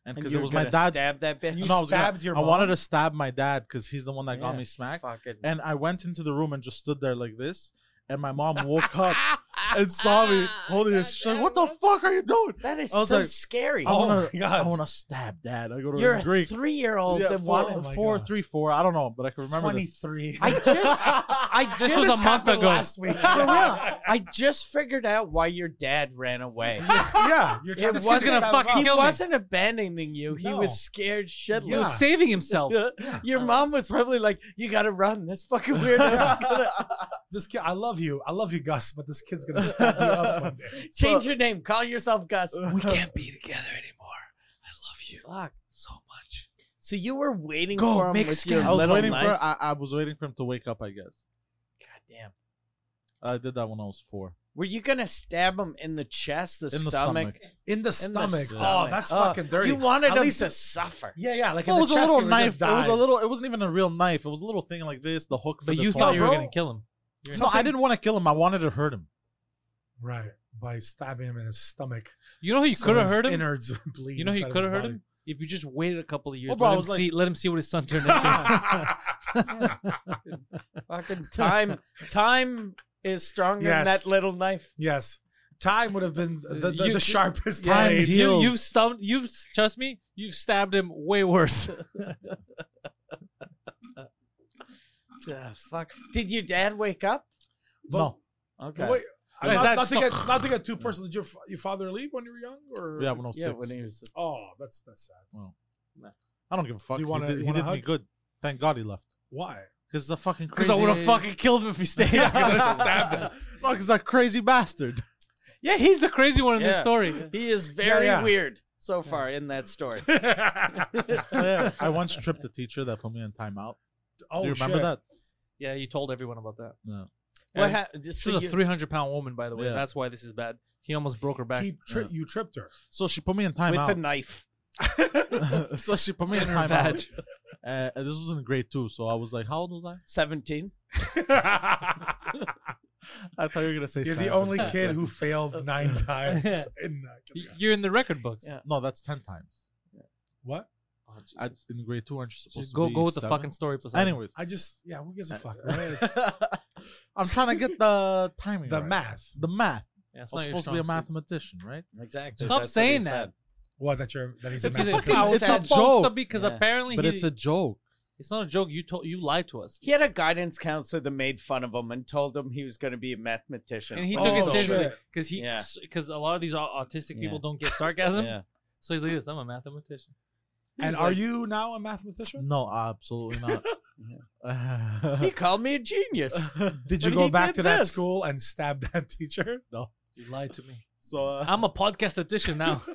S4: and
S2: And
S4: because
S2: you
S4: it
S2: were
S4: was my
S2: gonna
S4: dad.
S2: Stab that bitch.
S3: You
S4: No, I was gonna-
S3: stabbed your
S4: I wanted
S3: mom?
S4: to stab my dad because he's the one that got
S2: Yeah,
S4: me smacked.
S2: Fucking.
S4: And I went into the room and just stood there like this. And my mom woke up and saw me
S2: Ah,
S4: holding his. She's like, "What the fuck are you doing?"
S2: That is
S4: I was
S2: so
S4: like,
S2: scary.
S4: I
S3: Oh
S4: wanna,
S3: my God.
S4: I wanna stab dad. I go to
S2: You're
S4: the
S2: a
S4: Greek.
S2: three-year-old.
S4: Yeah,
S2: that
S4: four,
S2: wanted-
S3: Oh my
S4: four,
S3: God.
S4: three, four. I don't know, but I can remember
S3: Twenty
S4: this.
S3: three.
S2: I just, I
S1: This
S2: just
S1: was a month
S3: happened
S1: ago.
S3: Last week.
S2: For real, I just figured out why your dad ran away.
S3: yeah, you're trying
S2: It
S3: to
S2: was
S3: stab
S2: gonna
S3: him
S1: fucking
S3: up.
S2: He
S1: kill me.
S2: wasn't abandoning you. He
S3: No.
S2: was scared
S1: He was
S2: shitless.
S1: saving himself.
S2: Your mom was probably like, "You gotta run. This fucking weirdo's gonna
S3: This kid, I love you, I love you, Gus, but this kid's gonna stab you up one day.
S2: change your name. Call yourself Gus."
S1: we can't be together anymore. I love you
S2: Fuck.
S1: so much.
S2: So you were waiting
S1: Go,
S2: for him
S1: make
S2: with
S1: scam.
S4: I
S2: your
S4: was
S2: little
S4: waiting
S2: knife.
S4: for. I, I was waiting for him to wake up. I guess
S2: God damn.
S4: I did that when I was four.
S2: Were you gonna stab him in the chest, the
S4: in
S2: stomach?
S4: the stomach.
S3: In
S2: In
S3: the
S2: the
S3: stomach. Oh,
S2: stomach.
S3: that's
S2: Oh,
S3: fucking dirty.
S2: You wanted
S3: At
S2: him
S3: least
S2: to
S3: it-
S2: suffer.
S3: Yeah, yeah, like in
S4: Well, it
S3: the
S4: was a
S3: chest,
S4: little
S3: it would
S4: knife.
S3: just
S4: It was
S3: die.
S4: a little. It wasn't even a real knife. It was a little thing like this. The hook. For
S1: But
S4: the
S1: you
S4: thong.
S1: thought you were going to kill him.
S4: No, I didn't want to kill him. I wanted to hurt him.
S3: Right. By stabbing him in his stomach.
S1: You know who you
S3: so
S1: could have
S3: his
S1: hurt him?
S3: Innards would bleed.
S1: You know who you
S3: inside of
S1: could have
S3: his
S1: hurt him? If you just waited a couple of years,
S4: Well, bro, I
S1: let, him
S4: was like-
S1: see, let him see what his son turned into.
S3: body.
S2: Fucking time. time is stronger than
S3: Yes.
S2: that little knife.
S3: yes. Time would have been the, the,
S1: You-
S3: the sharpest
S4: Time
S3: blade.
S4: heals.
S1: you, you've stumped. You've trust me. You've stabbed him way worse.
S2: Ah, fuck. Did your dad wake up?
S3: But-
S4: no.
S2: Okay.
S3: Wait, I'm
S1: Is that
S3: not, not, to
S1: stuck?
S3: get, not to get too personal. Did your, fa- your father leave when you were young? Or
S4: Yeah, when I was
S2: yeah,
S4: six.
S2: when he was.
S3: Oh, that's that's sad.
S4: I don't give a fuck.
S3: Do you wanna-
S4: he did,
S3: you
S4: he
S3: wanna
S4: did me
S3: hug?
S4: good. Thank God he left.
S3: Why?
S4: Because the fucking
S1: Because
S4: crazy.
S1: I would have fucking killed him if he stayed.
S3: Yeah, 'cause I stabbed him.
S4: No, because that crazy bastard.
S1: Yeah, he's the crazy one in this
S2: Yeah.
S1: story.
S2: He is very
S3: yeah.
S2: weird so far in that story.
S4: Oh, I once tripped a teacher that put me in timeout.
S3: oh,
S4: Do you remember
S3: shit.
S4: that?
S1: Yeah, you told everyone about that.
S4: No.
S2: What
S1: And
S2: hap-
S1: This
S2: so
S1: is a
S2: you-
S1: 300 pound woman, by the way.
S4: Yeah.
S1: That's why this is bad. He almost broke her back.
S3: He tri-
S4: Yeah.
S3: You tripped her.
S4: So she put me in
S2: with
S4: timeout.
S2: a knife.
S4: so she put me in
S1: In her
S4: timeout. Uh, and this was in grade two, so I was like, "How old was I?"
S2: 17.
S4: I thought you were gonna say.
S3: You're the
S4: seven.
S3: only kid who failed nine times. In, uh,
S1: Y-
S3: kindergarten.
S1: You're in the record books.
S2: Yeah.
S4: No, that's ten times.
S3: what?
S4: I, in grade two, aren't you supposed
S1: Just
S4: to
S1: go
S4: be
S1: go with the
S4: seven?
S1: fucking story. Poseidon.
S4: Anyways,
S3: I just yeah. Who gives a fuck? Right? It's
S4: I'm trying to get the timing.
S3: the
S4: right.
S3: math.
S4: The math.
S1: Yeah, it's
S4: I was
S1: not your
S4: supposed to be a
S1: strong suit.
S4: mathematician, right?
S2: Exactly.
S1: Stop saying that.
S3: What that you're that he's a
S1: It's, a,
S3: math
S1: fucking,
S4: it's a
S1: it's supposed
S4: joke.
S1: to be because
S2: Yeah.
S1: apparently
S4: But
S1: he,
S4: it's a joke.
S1: it's not a joke. You told you lied to us,
S2: He had a guidance counselor that made fun of him and told him he was going to be a mathematician.
S1: and he
S3: Oh,
S1: took it
S3: shit.
S1: seriously because he
S2: Yeah.
S1: because a lot of these au- autistic people
S2: Yeah.
S1: don't get sarcasm.
S2: Yeah.
S1: So he's like this. I'm a mathematician. He's
S3: And are
S1: like-
S3: you now a mathematician?
S4: No, absolutely not.
S2: He called me a genius.
S3: Did you
S2: But
S3: go
S2: he
S3: back
S2: did
S3: to that
S2: this.
S3: school and stab that teacher? No.
S1: You lied to me.
S4: so, uh,
S1: I'm a podcast edition now.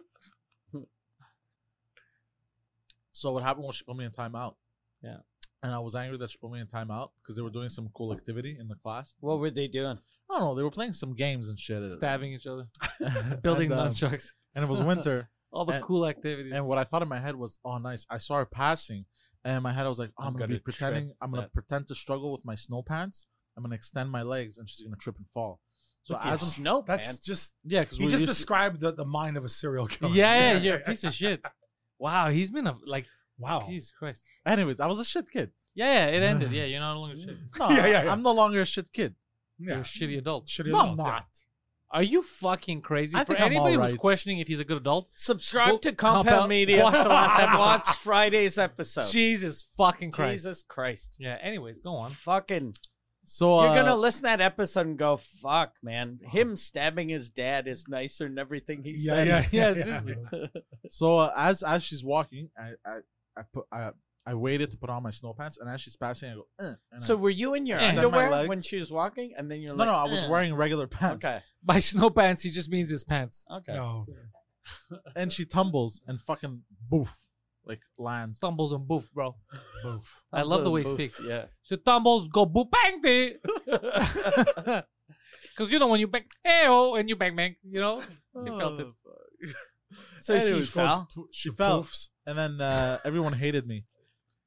S4: so what happened was she put me in timeout.
S1: Yeah.
S4: And I was angry that she put me in timeout because they were doing some cool activity in the class.
S2: what were they doing?
S4: I don't know. They were playing some games and shit.
S1: Stabbing each other, building
S4: and, um,
S1: nunchucks,
S4: and it was winter.
S1: all the
S4: and-
S1: cool activities.
S4: and what I thought in my head was, "Oh, nice." I saw her passing, and in my head I was like, "Oh, "I'm,
S2: I'm
S4: gonna, be
S2: gonna trip
S4: pretending. I'm gonna
S2: that-
S4: pretend to struggle with my snow pants. I'm gonna extend my legs, and she's gonna trip and fall." So
S2: With your
S4: as I'm,
S2: snow
S3: That's
S2: pants.
S3: just
S4: yeah, because
S3: he just described the, the mind of a serial
S1: yeah,
S3: killer.
S1: yeah, you're a piece of shit. Wow, he's been a like
S3: Wow.
S1: Jesus Christ.
S4: Anyways, I was a shit kid.
S1: Yeah, yeah, it ended. Yeah, you're not a longer shit.
S4: No,
S3: Yeah, yeah, yeah.
S4: I'm no longer a shit kid.
S3: yeah.
S1: You're a shitty adult.
S3: Shitty
S4: No, I'm
S3: adult, yeah.
S4: not.
S1: Are you fucking crazy?
S4: I
S1: For
S4: think I'm
S1: anybody who's
S4: alright.
S1: questioning if he's a good adult,
S2: Subscribe
S1: Go-
S2: to Compound,
S1: Compound-
S2: Media.
S1: watch the last
S2: and
S1: episode.
S2: Watch Friday's episode.
S1: Jesus fucking Christ.
S2: Jesus Christ.
S1: Yeah. Anyways, go on.
S2: Fucking.
S4: So
S2: You're
S4: uh,
S2: going to listen to that episode and go, fuck, man. Him stabbing his dad is nicer than everything he
S3: Yeah,
S2: said.
S3: yeah,
S1: Yeah,
S3: yeah,
S1: seriously.
S4: So uh, as as she's walking, I I I put I I waited to put on my snow pants, and as she's passing, I go. "Eh," and
S2: So
S4: I,
S2: were you in your
S1: Yeah.
S4: Then my
S2: underwear
S4: legs-
S2: when she was walking? And then you're
S4: no,
S2: like,
S4: no, I was
S2: "Ugh."
S4: wearing regular pants,
S2: uh. Okay.
S1: By snow pants, he just means his pants.
S2: Okay.
S3: No.
S4: and she tumbles and fucking boof, like lands.
S1: Stumbles and boof, bro.
S3: Boof.
S1: I love the way he speaks.
S2: Yeah.
S1: So tumbles go boop bang day. Cause you know when you bang hey oh and you bang bang, you know? She
S2: Oh.
S1: felt it.
S2: So
S4: Oh, Anyways,
S2: she fell.
S4: poof- She fell,
S3: Poofs.
S4: and then uh, everyone hated me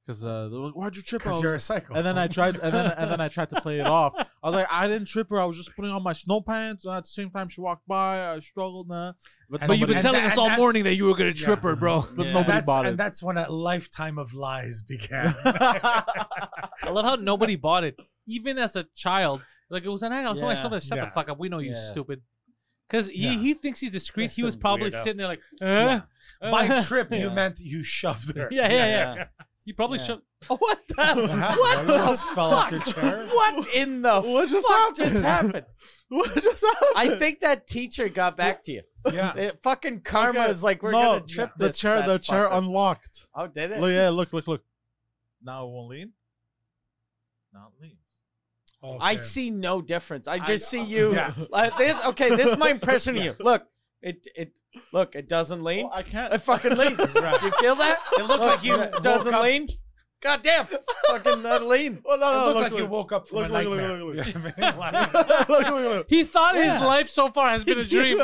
S4: because uh, they were like, "Why'd you trip?" I
S3: Because
S4: was
S3: you're a
S4: like-
S3: psycho.
S4: and then I tried, and then and then I tried to play it off. I was like, I didn't trip her. I was just putting on my snow pants. And at the same time, she walked by. I struggled. Nah.
S1: But you've
S3: But
S4: nobody-
S1: been
S3: And
S1: telling
S3: that-
S1: us all
S3: that-
S1: morning that you were gonna
S3: Yeah.
S1: trip her, bro.
S4: But
S2: Yeah.
S4: nobody
S3: That's,
S4: bothered.
S3: and that's when a lifetime of lies began.
S1: I love how nobody bought it, even as a child. Like it was an I was
S2: Yeah.
S1: yeah. shut
S3: Yeah.
S1: the fuck up. We know you
S2: Yeah.
S1: stupid. Because he,
S3: Yeah.
S1: he thinks he's discreet.
S2: That's
S1: he was
S2: some
S1: probably
S2: weirdo.
S1: sitting there like, eh?
S3: Yeah.
S1: eh."
S3: By trip, you
S2: Yeah.
S3: meant you shoved her.
S1: Yeah, yeah, yeah. He probably
S2: Yeah.
S1: should. Oh, what
S3: What
S1: the?
S3: happened?
S2: What
S3: You
S2: the
S3: almost fell off your chair.
S2: What in the
S4: What just
S2: fuck just
S4: happened?
S2: happened?
S4: what just happened?
S2: I think that teacher got back to you.
S3: Yeah.
S2: It, fucking karma
S4: Okay.
S2: is like we're
S4: No,
S2: gonna trip
S4: the
S2: this
S4: chair.
S2: fat
S4: The chair
S2: fucker.
S4: unlocked.
S2: oh, did it?
S4: Look, yeah, look, look, look. Now it won't lean. Now it leans.
S2: I
S3: Okay.
S2: see no difference. I just see you.
S3: Yeah.
S2: Like this okay, this is my impression of you. Look, it it look, it doesn't lean.
S4: I can't.
S2: It fucking leans.
S3: Right.
S2: You feel that?
S3: It looked like you
S2: it doesn't
S3: woke up-
S2: lean. God damn, fucking not lean.
S4: Well,
S3: It
S4: no, no,
S3: looked
S4: look,
S3: like you
S4: look.
S3: woke up from
S4: Look,
S3: a
S4: look, look,
S3: nightmare.
S4: look, look,
S3: You know what I mean? Like-
S4: look, look, look.
S1: He thought his
S2: Yeah.
S1: life so far has been a dream.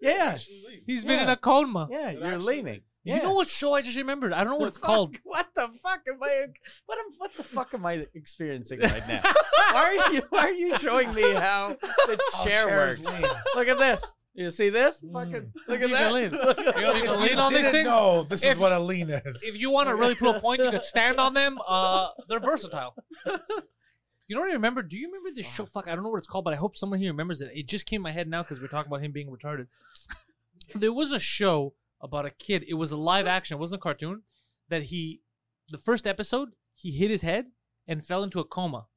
S2: Yeah,
S1: He's been in
S2: Yeah.
S1: a coma.
S2: yeah,
S4: It
S2: you're
S4: actually
S2: leaning.
S4: leans.
S1: You
S2: Yeah.
S1: know what show I just remembered? I don't know what it's
S2: The fuck-
S1: called.
S2: What the fuck am I? What am? What the fuck am I experiencing right now? why are you? Why are you showing me how the
S3: Oh,
S2: chair
S3: chairs
S2: works?
S3: lean.
S2: Look at this. You see this?
S3: Mm.
S2: Fucking look at
S1: You
S2: that.
S1: can lean.
S2: Look at
S1: You know,
S2: that.
S1: you can
S3: If
S1: lean
S3: you
S1: on these
S3: didn't
S1: things.
S3: know, this
S1: If-
S3: is what a lean is.
S1: If you want to really prove a point, you could stand on them. Uh, they're versatile. You don't remember? Do you remember this show? Fuck, I don't know what it's called, but I hope someone here remembers it. It just came in my head now because we're talking about him being retarded. There was a show about a kid. It was a live action. It wasn't a cartoon. That he, the first episode, he hit his head and fell into a coma,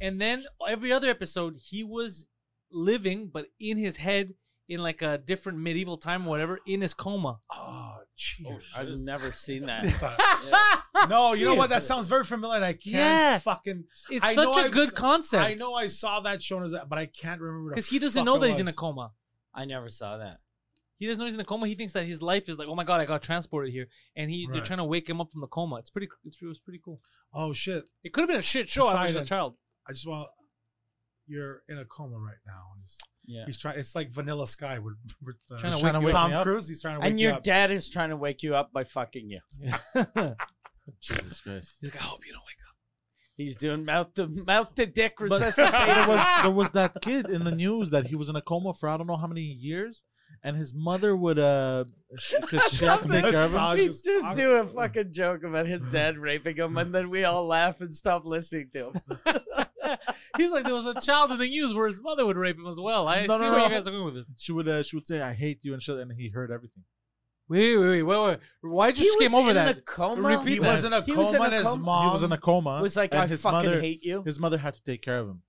S1: and then every other episode he was living but in his head in like a different medieval time or whatever in his coma.
S3: oh, cheers.
S2: I've never seen that.
S3: no, you know
S1: Cheers.
S3: what? That sounds very familiar. And I can't
S1: Yeah.
S3: fucking.
S1: It's
S3: I know
S1: such a
S3: I've
S1: good
S3: s-
S1: concept.
S3: I know I saw that show, as that, but I can't remember.
S1: because he doesn't know that he's in a coma.
S2: I never saw that.
S1: He doesn't know he's in a coma. He thinks that his life is like, oh my god, I got transported here, and he they're
S3: Right.
S1: trying to wake him up from the coma. It's pretty. It's, it was pretty cool.
S3: Oh shit!
S1: It could have been a shit show. I was a
S3: Poseidon.
S1: child.
S3: I just want. You're in a coma right now. and He's,
S2: Yeah.
S3: he's trying. It's like Vanilla Sky with, with uh,
S1: Trying to
S3: Tom
S1: wake you
S3: Tom
S4: up.
S3: Cruise. He's trying to wake
S2: And
S3: you
S2: your
S3: up.
S2: dad is trying to wake you up by fucking you.
S4: Jesus Christ.
S1: He's like, I hope you don't wake up.
S2: He's doing mouth to mouth to dick
S4: But there
S2: resuscitation.
S4: was there was that kid in the news that he was in a coma for I don't know how many years, and his mother would uh, because she had to take care of him.
S3: Massage
S2: We
S3: is-
S2: just do a fucking joke about his dad raping him, and then we all laugh and stop listening to him.
S1: He's like, there was a child in the news where his mother would rape him as well. I
S4: No,
S1: see
S4: no,
S1: where
S4: no.
S1: you guys are going with this.
S4: She would uh, she would say I hate you and shit, and he heard everything.
S1: Wait, wait, wait, wait, wait. Why
S2: He
S1: just skim
S2: was
S1: over
S2: in
S1: that?
S2: the coma.
S1: Repeat
S3: He
S1: that.
S3: was in a
S2: He
S3: coma.
S2: was in a
S3: and his
S2: coma.
S3: mom
S4: he was in a coma.
S2: It was like
S4: and
S2: I
S4: his
S2: fucking
S4: mother,
S2: hate you.
S4: His mother had to take care of him,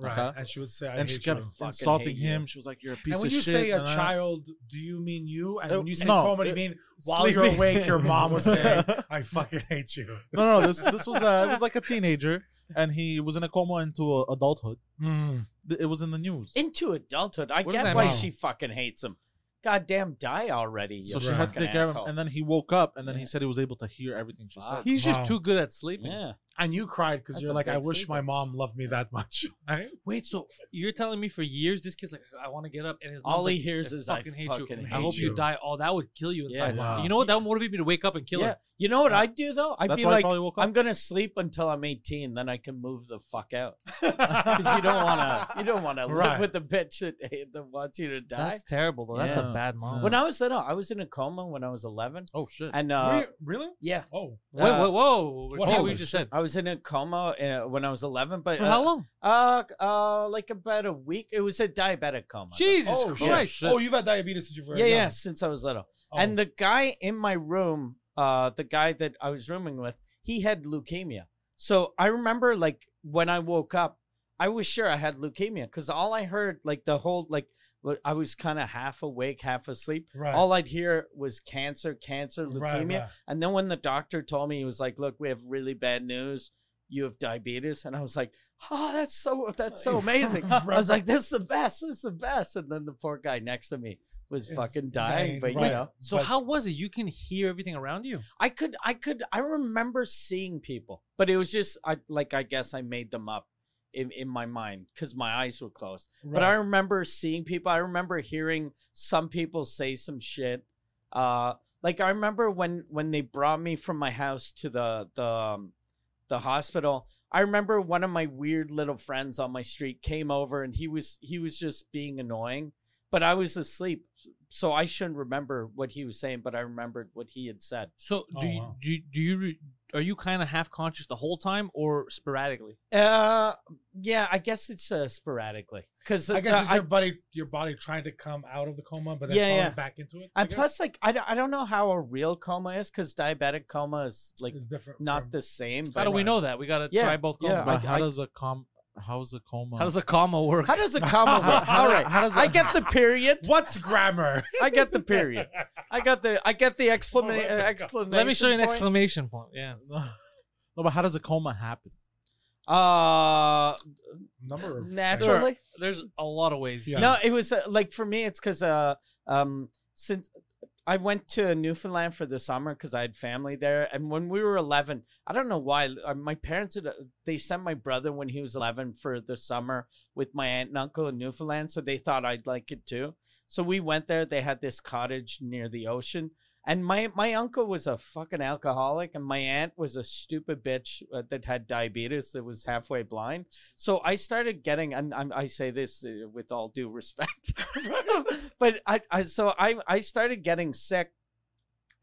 S3: Right.
S4: Okay.
S3: And she would say, "I
S4: Uh-huh. and
S3: hate
S4: she kept
S3: you."
S2: fucking
S4: insulting
S2: hate you.
S4: him. She was like, "You're a piece
S3: and when
S4: of
S3: you
S4: shit."
S3: say a
S4: and, uh,
S3: child, do you mean you? And
S1: Oh,
S4: Uh,
S3: when you say
S4: no,
S3: coma, do
S4: it-
S3: you mean while you're
S4: sleeping.
S3: awake, your mom was saying, "I fucking hate you."
S4: No, no, this this was uh, it was like a teenager, and he was in a coma into uh, adulthood.
S2: Hmm.
S4: Th- It was in the news.
S2: into adulthood. I
S1: What does
S2: get
S1: that
S2: why
S1: mean?
S2: she fucking hates him. Goddamn, die already. You
S4: so she had to
S2: fucking
S4: take care of him,
S2: asshole.
S4: and then he woke up, and then
S2: Yeah.
S4: he said he was able to hear everything she
S2: Fuck.
S4: said.
S1: He's just
S3: Wow.
S1: too good at sleeping.
S2: yeah.
S3: And you cried because
S2: That's
S3: you're
S2: a
S3: like, "I
S2: big
S3: wish my
S2: sleeper.
S3: mom loved me that much." Right?
S1: Wait, so you're telling me for years this kid's like, I want to get up, and his mom's
S2: All he
S1: like,
S2: hears
S1: I
S2: is
S1: fucking
S2: I
S1: hate you.
S2: fucking hate
S1: I hope you.
S3: you.
S1: die. Oh, that would kill you
S2: Yeah.
S1: inside.
S4: Wow.
S1: You know what? That would motivate me to wake up and kill
S2: yeah.
S1: him.
S2: You know what I'd do though? I'd
S4: That's
S2: be
S4: why he
S2: like,
S4: probably woke up.
S2: I'm gonna sleep until I'm 18, then I can move the fuck out. Because you don't wanna, you don't wanna live
S3: Right.
S2: with the bitch that, that wants you to die.
S1: That's uh, terrible, though. That's a
S4: Yeah.
S1: bad mom.
S2: when I was little, I was in a coma when I was 11,
S4: Oh shit!
S2: and uh,
S3: Were you- really?
S2: yeah,
S3: Oh,
S1: Wait,
S2: Uh,
S1: wait, whoa! Repeat
S3: what
S1: What, you
S3: happened?
S1: just said.
S2: I was in a coma uh, when I was 11. But
S1: For
S2: uh,
S1: how long?
S2: Uh, uh, like about a week. It was a diabetic coma. though.
S1: Jesus
S3: oh, shit.
S1: Christ!
S3: Oh, you've had diabetes since you were
S2: yeah,
S3: young.
S2: yeah, since I was little.
S3: Oh.
S2: And the guy in my room, uh, the guy that I was rooming with, he had leukemia. So I remember, like, when I woke up, I was sure I had leukemia because all I heard, like, the whole, like, wh- I was kind of half awake, half asleep.
S3: Right.
S2: All I'd hear was cancer, cancer, leukemia.
S3: Right, right.
S2: And then when the doctor told me, he was like, "Look, we have really bad news. You have diabetes." And I was like, "Oh, that's so that's so amazing." I was like, "This is the best. This is the best." And then the poor guy next to me was
S3: It's
S2: fucking dying,
S3: dying,
S2: but
S3: right.
S2: you know,
S1: So
S3: But-
S1: how was it? You can hear everything around you.
S2: I could, I could, I remember seeing people, but it was just, I like, I guess I made them up in in my mind because my eyes were closed. But I
S3: Right.
S2: remember seeing people. I remember hearing some people say some shit. Uh, like I remember when when they brought me from my house to the the um, the hospital. I remember one of my weird little friends on my street came over and he was he was just being annoying, but I was asleep, so I shouldn't remember what he was saying, but I remembered what he had said.
S1: So do
S3: Oh,
S1: you
S3: wow.
S1: do you, do you re- are you kind of half conscious the whole time or sporadically?
S2: Uh, yeah, I guess it's uh, sporadically because
S3: I guess it's your body, your body trying to come out of the coma, but then
S2: Yeah,
S3: falling
S2: yeah.
S3: back into it. I
S2: and
S3: guess,
S2: plus, like, I, don't- I don't know how a real coma is because diabetic coma is like
S3: it's different.
S2: not
S3: from-
S2: the same.
S1: How
S2: But
S1: do we know that? We gotta
S2: Yeah,
S1: try both.
S2: yeah.
S1: Yeah.
S4: But
S2: I-
S4: how
S2: I-
S4: does a com? How's a coma?
S1: How does a comma work?
S2: how does a comma work?
S4: How
S2: All
S4: do-
S2: right,
S4: how does
S2: I
S4: that-
S2: get the period.
S3: What's grammar?
S2: I get the period. I got the I get the explanation.
S3: Oh, that's a-
S2: explanation.
S1: Let me show you an
S2: point.
S1: exclamation point. Yeah.
S4: no, but how does a coma happen?
S2: Uh,
S3: Number of
S2: naturally.
S1: There's a lot of ways.
S3: Yeah.
S2: No, it was uh, like for me, it's because uh, um, since I went to Newfoundland for the summer because I had family there, and when we were eleven, I don't know why uh, my parents had, uh, they sent my brother when he was eleven for the summer with my aunt and uncle in Newfoundland, so they thought I'd like it too. So we went there. They had this cottage near the ocean. And my, my uncle was a fucking alcoholic, and my aunt was a stupid bitch uh, that had diabetes that was halfway blind. So I started getting, and I'm, I say this uh, with all due respect, but I, I so I I started getting sick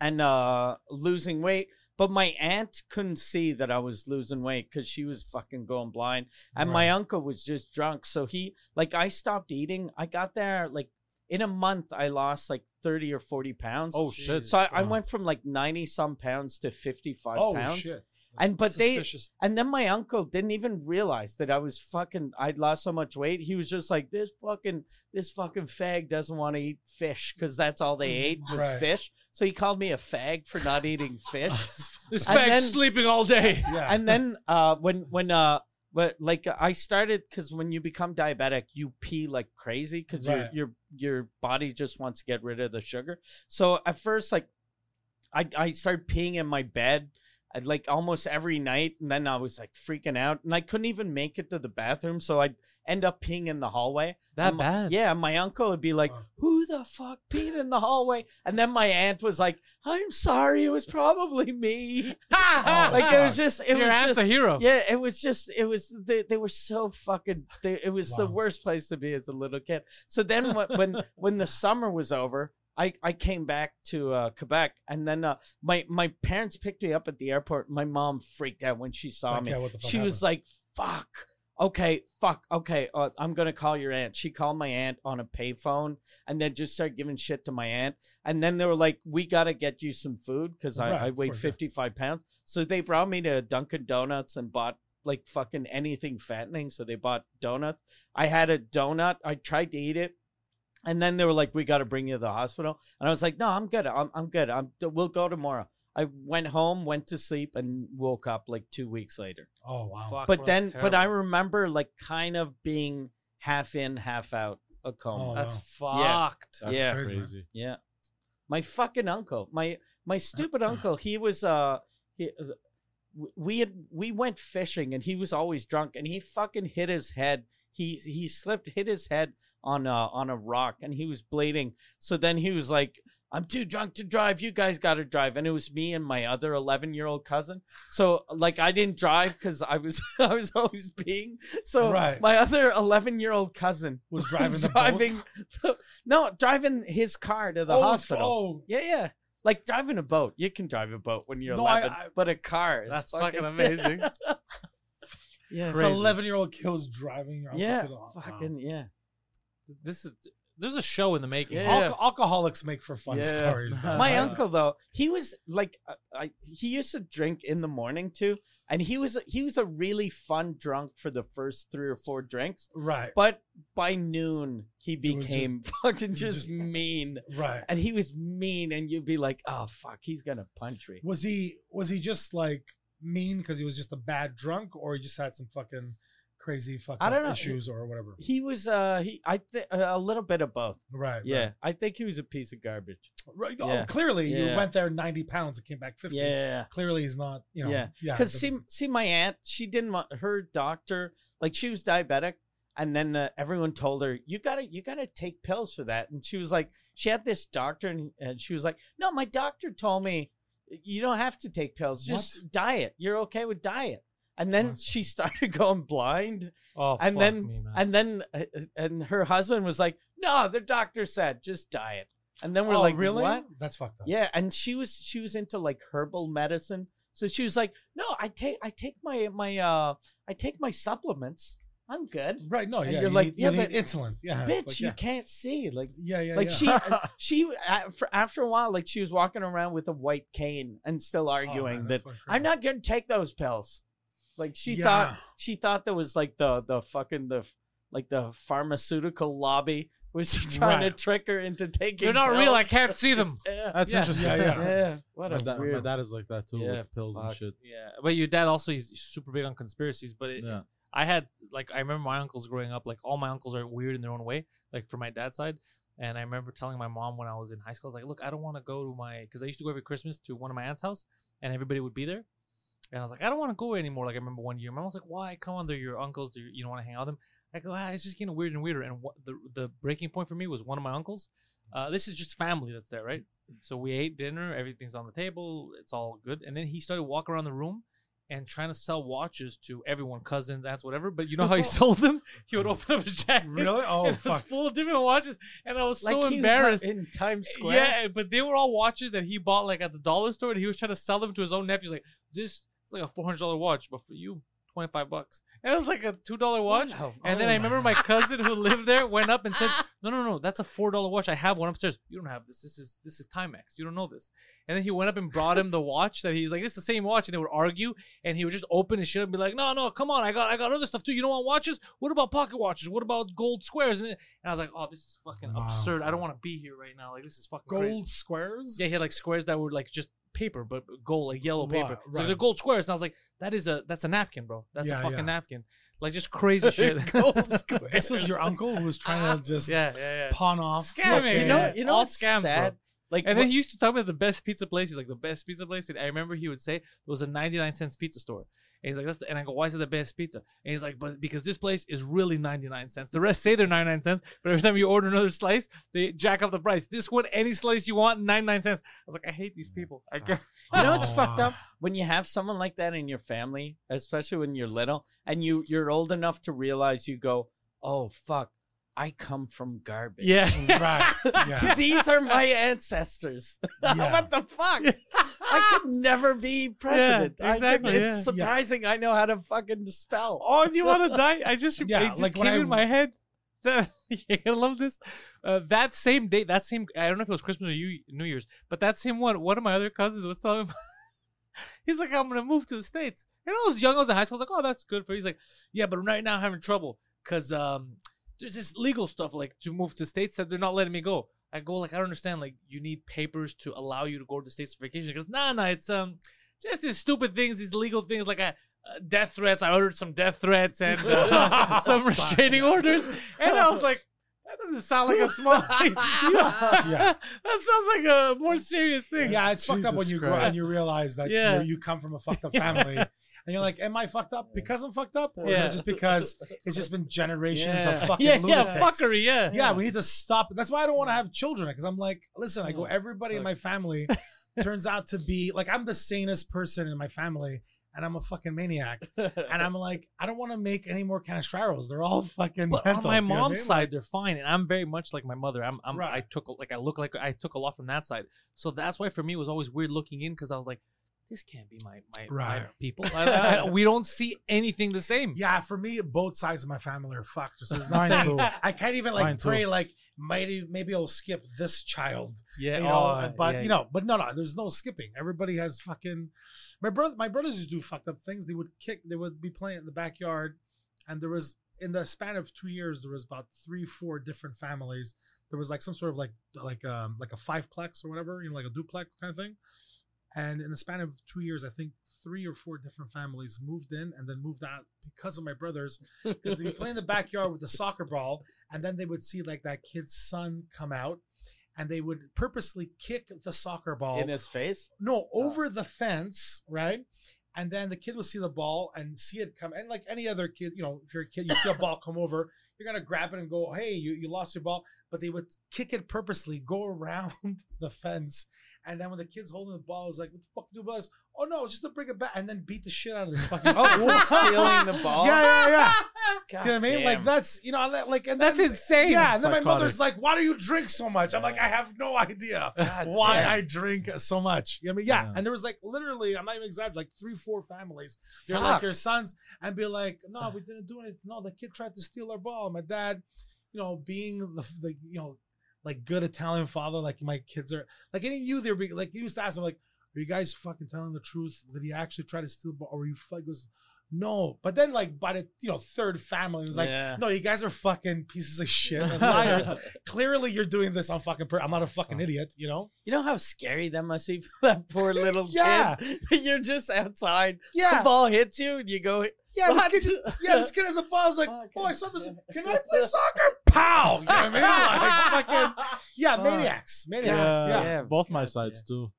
S2: and uh losing weight. But my aunt couldn't see that I was losing weight because she was fucking going blind, and my uncle was just drunk. So he like I stopped eating. I got there like in a month. I lost like thirty or forty pounds.
S4: Oh shit!
S2: so I, I went from like ninety some pounds to fifty five
S3: Oh
S2: pounds.
S3: shit!
S2: And but they
S3: Suspicious.
S2: and then my uncle didn't even realize that I was fucking. I'd lost so much weight. He was just like, "This fucking, this fucking fag doesn't want to eat fish because that's all they ate was
S3: Right.
S2: fish." So he called me a fag for not eating fish.
S1: This
S2: And
S1: fag's
S2: then-
S1: sleeping all day.
S3: yeah.
S2: and then uh, when when uh, but like I started because when you become diabetic, you pee like crazy because your
S3: Right.
S2: your your body just wants to get rid of the sugar. So at first, like I I started peeing in my bed. I'd like almost every night, and then I was like freaking out, and I couldn't even make it to the bathroom, so I'd end up peeing in the hallway.
S1: That
S2: And my-
S1: bad?
S2: Yeah, my uncle would be like,
S3: Wow.
S2: "Who the fuck peed in the hallway?" And then my aunt was like, "I'm sorry, it was probably me."
S1: Oh,
S2: Oh, like it was just, it
S1: Your
S2: was
S1: aunt's
S2: just,
S1: a hero.
S2: yeah, it was just, it was, they, they were so fucking, they, it was the
S3: Wow.
S2: worst place to be as a little kid. So then when, when, when the summer was over, I, I came back to uh, Quebec and then uh, my, my parents picked me up at the airport. My mom freaked out when she saw
S3: Fuck
S2: me.
S3: yeah, what the fuck
S2: she was like, fuck. Okay, fuck. Okay, uh, I'm gonna call your aunt. She called my aunt on a payphone, and then just started giving shit to my aunt. And then they were like, "We gotta get you some food because I,
S3: Right,
S2: I
S3: of
S2: weighed
S3: course, yeah.
S2: 55 pounds." So they brought me to Dunkin' Donuts and bought like fucking anything fattening. So they bought donuts. I had a donut. I tried to eat it. And then they were like, "We got to bring you to the hospital," and I was like, "No, I'm good. I'm I'm good. I'm we'll go tomorrow." I went home, went to sleep, and woke up like two weeks later.
S3: oh wow.
S1: Fuck,
S2: But
S1: bro,
S2: then,
S1: that's
S2: but I
S1: terrible.
S2: remember like kind of being half in, half out a coma.
S3: Oh,
S1: That's
S2: Yeah.
S1: fucked.
S2: That's Yeah.
S3: crazy, man.
S4: crazy.
S2: Yeah. My fucking uncle, my my stupid uncle, he was uh he, w- we had we went fishing and he was always drunk and he fucking hit his head. He he slipped hit his head on a on a rock and he was bleeding. So then he was like I'm too drunk to drive. You guys got to drive, and it was me and my other eleven-year-old cousin. So, like, I didn't drive because I was I was always being. So,
S3: Right.
S2: my other eleven-year-old cousin
S3: Was driving the boat?
S2: driving no driving his car to the
S3: oh,
S2: hospital.
S3: Oh,
S2: Yeah, yeah. Like driving a boat. You can drive a boat when you're
S3: No, I-
S2: 11,
S3: I-
S2: but a car is
S1: That's fucking amazing.
S2: yeah.
S3: it's an eleven-year-old kills driving. your uncle
S2: Yeah.
S3: to the ho- wow.
S2: Fucking yeah.
S1: This is there's a show in the making.
S2: Yeah.
S3: Alco- alcoholics make for fun
S2: Yeah.
S3: stories.
S1: Uh,
S3: though,
S2: My
S3: right?
S2: uncle though, he was like uh, I he used to drink in the morning too, and he was he was a really fun drunk for the first 3 or 4 drinks,
S3: Right.
S2: but by noon he
S3: was just-
S2: became fucking
S3: he was
S2: just
S3: just-
S2: mean.
S3: Right.
S2: And he was mean and you'd be like, "Oh fuck, he's going to punch me."
S3: Was he was he just like mean because he was just a bad drunk, or he just had some fucking crazy fucking
S2: don't know.
S3: issues or whatever?
S2: He was uh he I think a little bit of both.
S3: Right. right.
S2: Yeah, I think he was a piece of garbage.
S3: Right.
S2: Yeah.
S3: Oh, clearly
S2: Yeah.
S3: you went there ninety pounds and came back fifty.
S2: Yeah.
S3: Clearly he's not. You know.
S2: Yeah.
S3: Yeah.
S2: Cuz
S3: the-
S2: see see my aunt, she didn't want her doctor like she was diabetic and then uh, everyone told her you got to you got to take pills for that and she was like she had this doctor and, and she was like, "No, my doctor told me you don't have to take pills. Just diet. You're okay with diet." And then
S1: Awesome.
S2: she started going blind.
S1: Oh,
S2: and
S1: fuck
S2: then
S1: me, man.
S2: and then uh, uh, and her husband was like, "No, the doctor said just diet." And then we're
S3: oh,
S2: like,
S3: really?
S2: "What?"
S3: That's fucked up.
S2: Yeah, and she was she was into like herbal medicine. So she was like, "No, I take I take my my uh I take my supplements. I'm good."
S3: Right. No.
S2: And
S3: Yeah.
S2: you're
S3: you
S2: like,
S3: need-
S2: yeah,
S3: you
S2: but-
S3: need insulin. Yeah. it's
S2: Bitch,
S3: like,
S2: you can't see. Like
S3: yeah. Yeah. Yeah. Oh,
S2: like
S3: yeah.
S2: she she a- for, after a while like she was walking around with a white cane and still
S3: Oh, man,
S2: arguing that
S3: that's fucking
S2: I'm
S3: crazy.
S2: not going to take those pills. Like she
S3: Yeah.
S2: thought she thought that was like the the fucking the like the pharmaceutical lobby was trying to
S3: Right.
S2: trick her into taking
S1: They're not
S2: pills.
S1: real. I can't see them.
S2: Yeah.
S4: That's
S1: Yeah.
S4: interesting.
S3: Yeah, yeah.
S2: yeah. What
S4: My,
S2: a
S4: dad, my
S2: weird
S4: dad is like that too
S2: Yeah,
S4: with pills and
S2: fuck.
S4: shit.
S1: Yeah, but your dad also is super big on conspiracies. But it,
S4: Yeah.
S1: I had like I remember my uncles growing up. Like all my uncles are weird in their own way. Like for my dad's side, and I remember telling my mom when I was in high school, I was like, "Look, I don't want to go to my because I used to go every Christmas to one of my aunt's house, and everybody would be there." And I was like, "I don't want to go anymore." Like I remember one year, my mom was like, "Why? Come on, they're your uncles. They're, you don't want to hang out with them." I go, ah, it's just getting weird and weirder. And what the the breaking point for me was one of my uncles. Uh, this is just family that's there, right? So we ate dinner, everything's on the table, it's all good. And then he started walking around the room and trying to sell watches to everyone, cousins, aunts, whatever. But you know how he sold them? He would open up his jacket.
S3: Really?
S1: and
S3: Oh
S1: it was
S3: fuck.
S1: full of different watches, and I was so
S2: he was
S1: embarrassed.
S2: in Times Square.
S1: Yeah, but they were all watches that he bought like at the dollar store, and he was trying to sell them to his own nephews. Like this is like a four hundred dollar watch, but for you, twenty five bucks. And it was like a two dollar watch.
S2: Wow.
S1: And then
S3: Oh
S1: I
S3: my
S1: remember my cousin who lived there went up and said, "No, no, no, that's a four dollar watch. I have one upstairs. You don't have this. This is this is Timex. You don't know this." And then he went up and brought him the watch that he's like, "This is the same watch." And they would argue, and he would just open his shit up and be like, "No, no, come on, I got I got other stuff too. You don't want watches? What about pocket watches? What about gold squares?" And, then- and I was like, "Oh, this is fucking
S3: Wow.
S1: absurd. I don't want to be here right now. Like this is fucking crazy."
S3: Gold squares.
S1: Yeah, he had like squares that were like just paper, but gold, like yellow paper.
S3: Right,
S1: So
S3: right.
S1: they're gold squares, and I was like, "That is a that's a napkin, bro. That's a
S3: Yeah,
S1: fucking
S3: yeah.
S1: napkin. Like just crazy shit."
S3: This was your uncle who was trying to just
S1: yeah, yeah, yeah.
S3: pawn off.
S1: Scamming.
S3: Yeah,
S2: You
S3: yeah,
S2: know,
S3: yeah.
S2: you know
S1: All
S2: what's
S1: scams, bro.
S2: sad? Like
S1: And then
S2: what-
S1: he used to tell me the best pizza place. He's like the best pizza place, and I remember he would say it was a ninety nine cents pizza store. And he's like, that's the, and I go, why is it the best pizza? And he's like, but because this place is really ninety nine cents. The rest say they're ninety nine cents, but every time you order another slice, they jack up the price. This one, any slice you want, ninety nine cents. I was like, I hate these people. I can't.
S2: you know what's
S3: Oh,
S2: fucked
S3: wow.
S2: up when you have someone like that in your family, especially when you're little and you you're old enough to realize you go, "Oh fuck, I come from garbage."
S1: Yeah.
S3: Right. Yeah.
S2: These are my ancestors.
S3: Yeah.
S2: what the fuck? I could never be president. I could-
S1: exactly,
S2: it's
S1: yeah. Yeah.
S2: surprising I know how to fucking spell.
S1: Oh, do you want to die? I just,
S3: Yeah,
S1: it just
S3: like
S1: came
S3: when I-
S1: in my head. The, you're gonna love this. Uh, that same day, that same, I don't know if it was Christmas or New New Year's, but that same one, one of my other cousins was telling me, he's like, I'm going to move to the States. And I was young, I was in high school. I was like, oh, that's good for you. He's like, yeah, but right now I'm having trouble because um, there's this legal stuff like to move to States that they're not letting me go. I go like I don't understand. Like you need papers to allow you to go to the states for vacation. He goes, nah, nah, it's um, just these stupid things, these legal things like uh, uh, death threats. I ordered some death threats and uh, some restraining orders, and I was like, that doesn't sound like a small. thing.
S3: Yeah.
S1: that sounds like a more serious thing.
S3: Yeah, it's fucked up when
S4: Jesus
S3: you grow
S4: Christ.
S3: and you realize that
S1: Yeah.
S3: you're- you come from a fucked up family, and you're like, "Am I fucked up because I'm fucked up, or is
S1: Yeah.
S3: it just because it's just been generations
S2: Yeah.
S3: of fucking
S1: yeah,
S3: lunatics?"
S1: yeah, fuckery, yeah.
S3: Yeah, we need to stop. That's why I don't want to have children because I'm like, listen, I go, everybody in my family turns out to be like, I'm the sanest person in my family, and I'm a fucking maniac, and I'm like, I don't want to make any more canastraros. They're all fucking
S1: But
S3: mental.
S1: on my
S3: you know what I
S1: mom's
S3: mean?
S1: side, they're fine, and I'm very much like my mother. I'm, I'm I
S3: Right.
S1: took a- like I look like I took a lot from that side, so that's why for me it was always weird looking in because I was like, this can't be my my, my
S3: Right.
S1: people. I- I- we don't see anything the same.
S3: Yeah, for me, both sides of my family are fucked. So there's
S4: Mine
S3: nothing.
S4: too.
S3: I can't even
S4: Mine
S3: like
S4: too.
S3: pray like maybe maybe I'll skip this child.
S1: yeah.
S3: you know,
S1: oh,
S3: but
S1: yeah,
S3: you know, but no, no, there's no skipping. Everybody has fucking. My brother, my brothers used to do fucked up things. They would kick. They would be playing in the backyard, and there was in the span of two years there was about three, four different families. There was like some sort of like like um like a fiveplex or whatever, you know, like a duplex kind of thing. And in the span of two years, I think three or four different families moved in and then moved out because of my brothers, because they'd be playing in the backyard with the soccer ball, and then they would see like that kid's son come out, and they would purposely kick the soccer ball
S2: in his face.
S3: no over the fence right and then the kid will see the ball and see it come and like any other kid you know if you're a kid you see a ball come over you're gonna grab it and go, hey, you, you lost your ball. But they would kick it purposely, go around the fence, and then when the kid's holding the ball, I was like, what the fuck do this? Oh no, it's just to bring it back, and then beat the shit out of this fucking.
S2: Oh, for stealing the ball.
S3: Yeah, yeah, yeah.
S2: God
S3: Do you know what I
S2: damn.
S3: mean? Like that's you know like- like and
S1: That's
S3: then-
S1: insane.
S3: Yeah, and then my
S4: Psychotic.
S3: mother's like, "Why do you drink so much?" I'm like, "I have no idea
S2: God
S3: why
S2: damn.
S3: I drink so much." You know what I mean? Yeah.
S4: Yeah.
S3: and there was like literally, I'm not even exaggerating, like three, four families. They're
S2: Fuck.
S3: like your sons, and be like, "No, we didn't do anything. No, the kid tried to steal our ball." My dad, you know, being the, the you know, like good Italian father, like my kids are like any you they're being like you used to ask them like, "Are you guys fucking telling the truth? Did he actually try to steal? the ball? Or are you fuck?" Goes, no, but then like by the you know third family, it was like,
S2: Yeah.
S3: no, you guys are fucking pieces of shit and liars. Clearly, you're doing this on fucking. Per- I'm not a fucking idiot, you know.
S2: You know how scary that must be for that poor little
S3: Yeah.
S2: kid. You're just outside. The
S3: Yeah,
S2: ball hits you, and you go.
S3: yeah. This
S2: What?
S3: kid just yeah. This kid has a ball. I was like,
S2: Fucking
S3: oh, I saw this.
S2: shit.
S3: Can I play soccer? Pow! You know what I mean? Like, fucking, yeah,
S2: Fuck.
S3: maniacs, maniacs.
S4: Yeah.
S3: Yeah,
S2: Yeah.
S4: Both my sides too.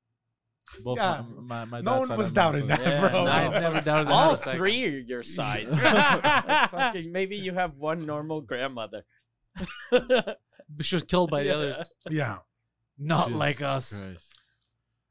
S4: Both
S3: Yeah.
S4: my, my, my
S3: No
S4: dad's
S3: one
S4: side
S3: was
S4: and mom's
S3: doubting
S4: side.
S3: that, bro.
S2: no.
S1: I've never doubted that.
S2: All
S1: a second.
S2: three are your sides. Like,
S1: Fucking-
S2: fucking, maybe you have one normal grandmother.
S1: she was killed by the others.
S3: yeah.
S1: Not
S4: Jesus
S1: like us.
S4: Christ.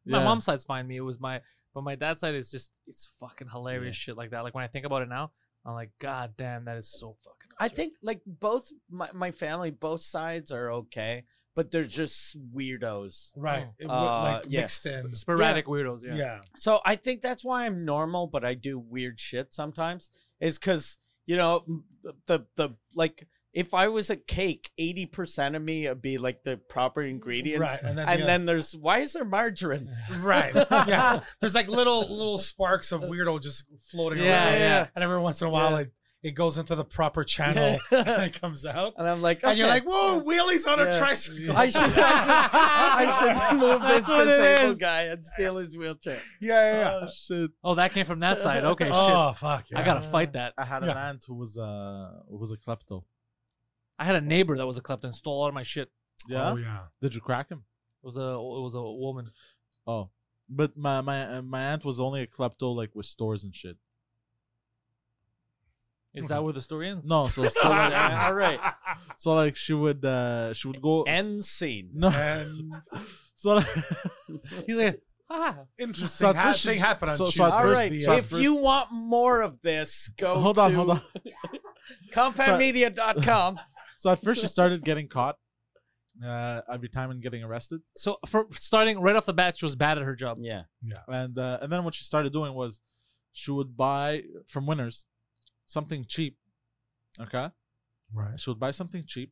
S1: My
S4: Yeah.
S1: mom's side's fine. Me, it was my, but my dad's side is just it's fucking hilarious shit like that. Like when I think about it now, I'm like, God damn, that is so fucking.
S2: I
S1: absurd."
S2: think like both my, my family, both sides are okay, but they're just weirdos.
S3: Right.
S1: Oh.
S3: It would,
S2: Uh,
S3: like
S2: yes.
S3: mixed in.
S1: sporadic weirdos. Yeah.
S3: Yeah.
S2: So I think that's why I'm normal, but I do weird shit sometimes. Is because you know the, the the like if I was a cake, eighty percent of me would be like the proper ingredients,
S3: Right. And then,
S2: and
S3: yeah.
S2: then there's why is there margarine?
S3: right. Yeah. There's like little little sparks of weirdo just floating
S1: Yeah,
S3: around.
S1: yeah.
S3: And every once in a while
S2: Yeah.
S3: like it goes into the proper channel and it comes out.
S2: And I'm like,
S3: And you're
S2: okay.
S3: like, whoa, wheelies on
S2: Yeah.
S3: a tricycle.
S2: I should, I should, I should move this
S1: That's what it is.
S2: disabled guy and steal his wheelchair.
S3: yeah, yeah, yeah.
S1: Oh, that came from that side. Okay, shit.
S3: oh fuck. Yeah.
S1: I gotta fight that.
S4: I had an
S3: Yeah.
S4: aunt who was uh who was a klepto.
S1: I had a neighbor that was a klepton, stole all of my shit.
S4: Yeah.
S3: Oh yeah.
S4: Did you crack him?
S1: It was a it was a woman.
S4: Oh, but my my uh, my aunt was only a klepto like with stores and shit.
S1: Is
S3: Mm-hmm.
S1: that where the story ends?
S4: No, so so like,
S2: All right.
S4: so, like, she would uh she would go
S2: End scene.
S4: no
S3: And
S4: so like,
S1: He's like, ah,
S3: interesting
S4: So at
S3: ha-
S4: first
S3: thing
S4: she-
S3: happened on
S4: so- so
S3: Tuesday.
S4: at
S2: All
S4: first
S2: right.
S4: the, uh,
S2: if you want more of this, go
S4: hold
S2: to
S4: on hold on.
S2: compoundmedia.com.
S4: So at first she started getting caught uh every time and getting arrested,
S1: So for starting right off the bat, she was bad at her job.
S2: yeah.
S4: and uh, and then what she started doing was she would buy from Winners something cheap, okay.
S3: Right.
S4: She would buy something cheap,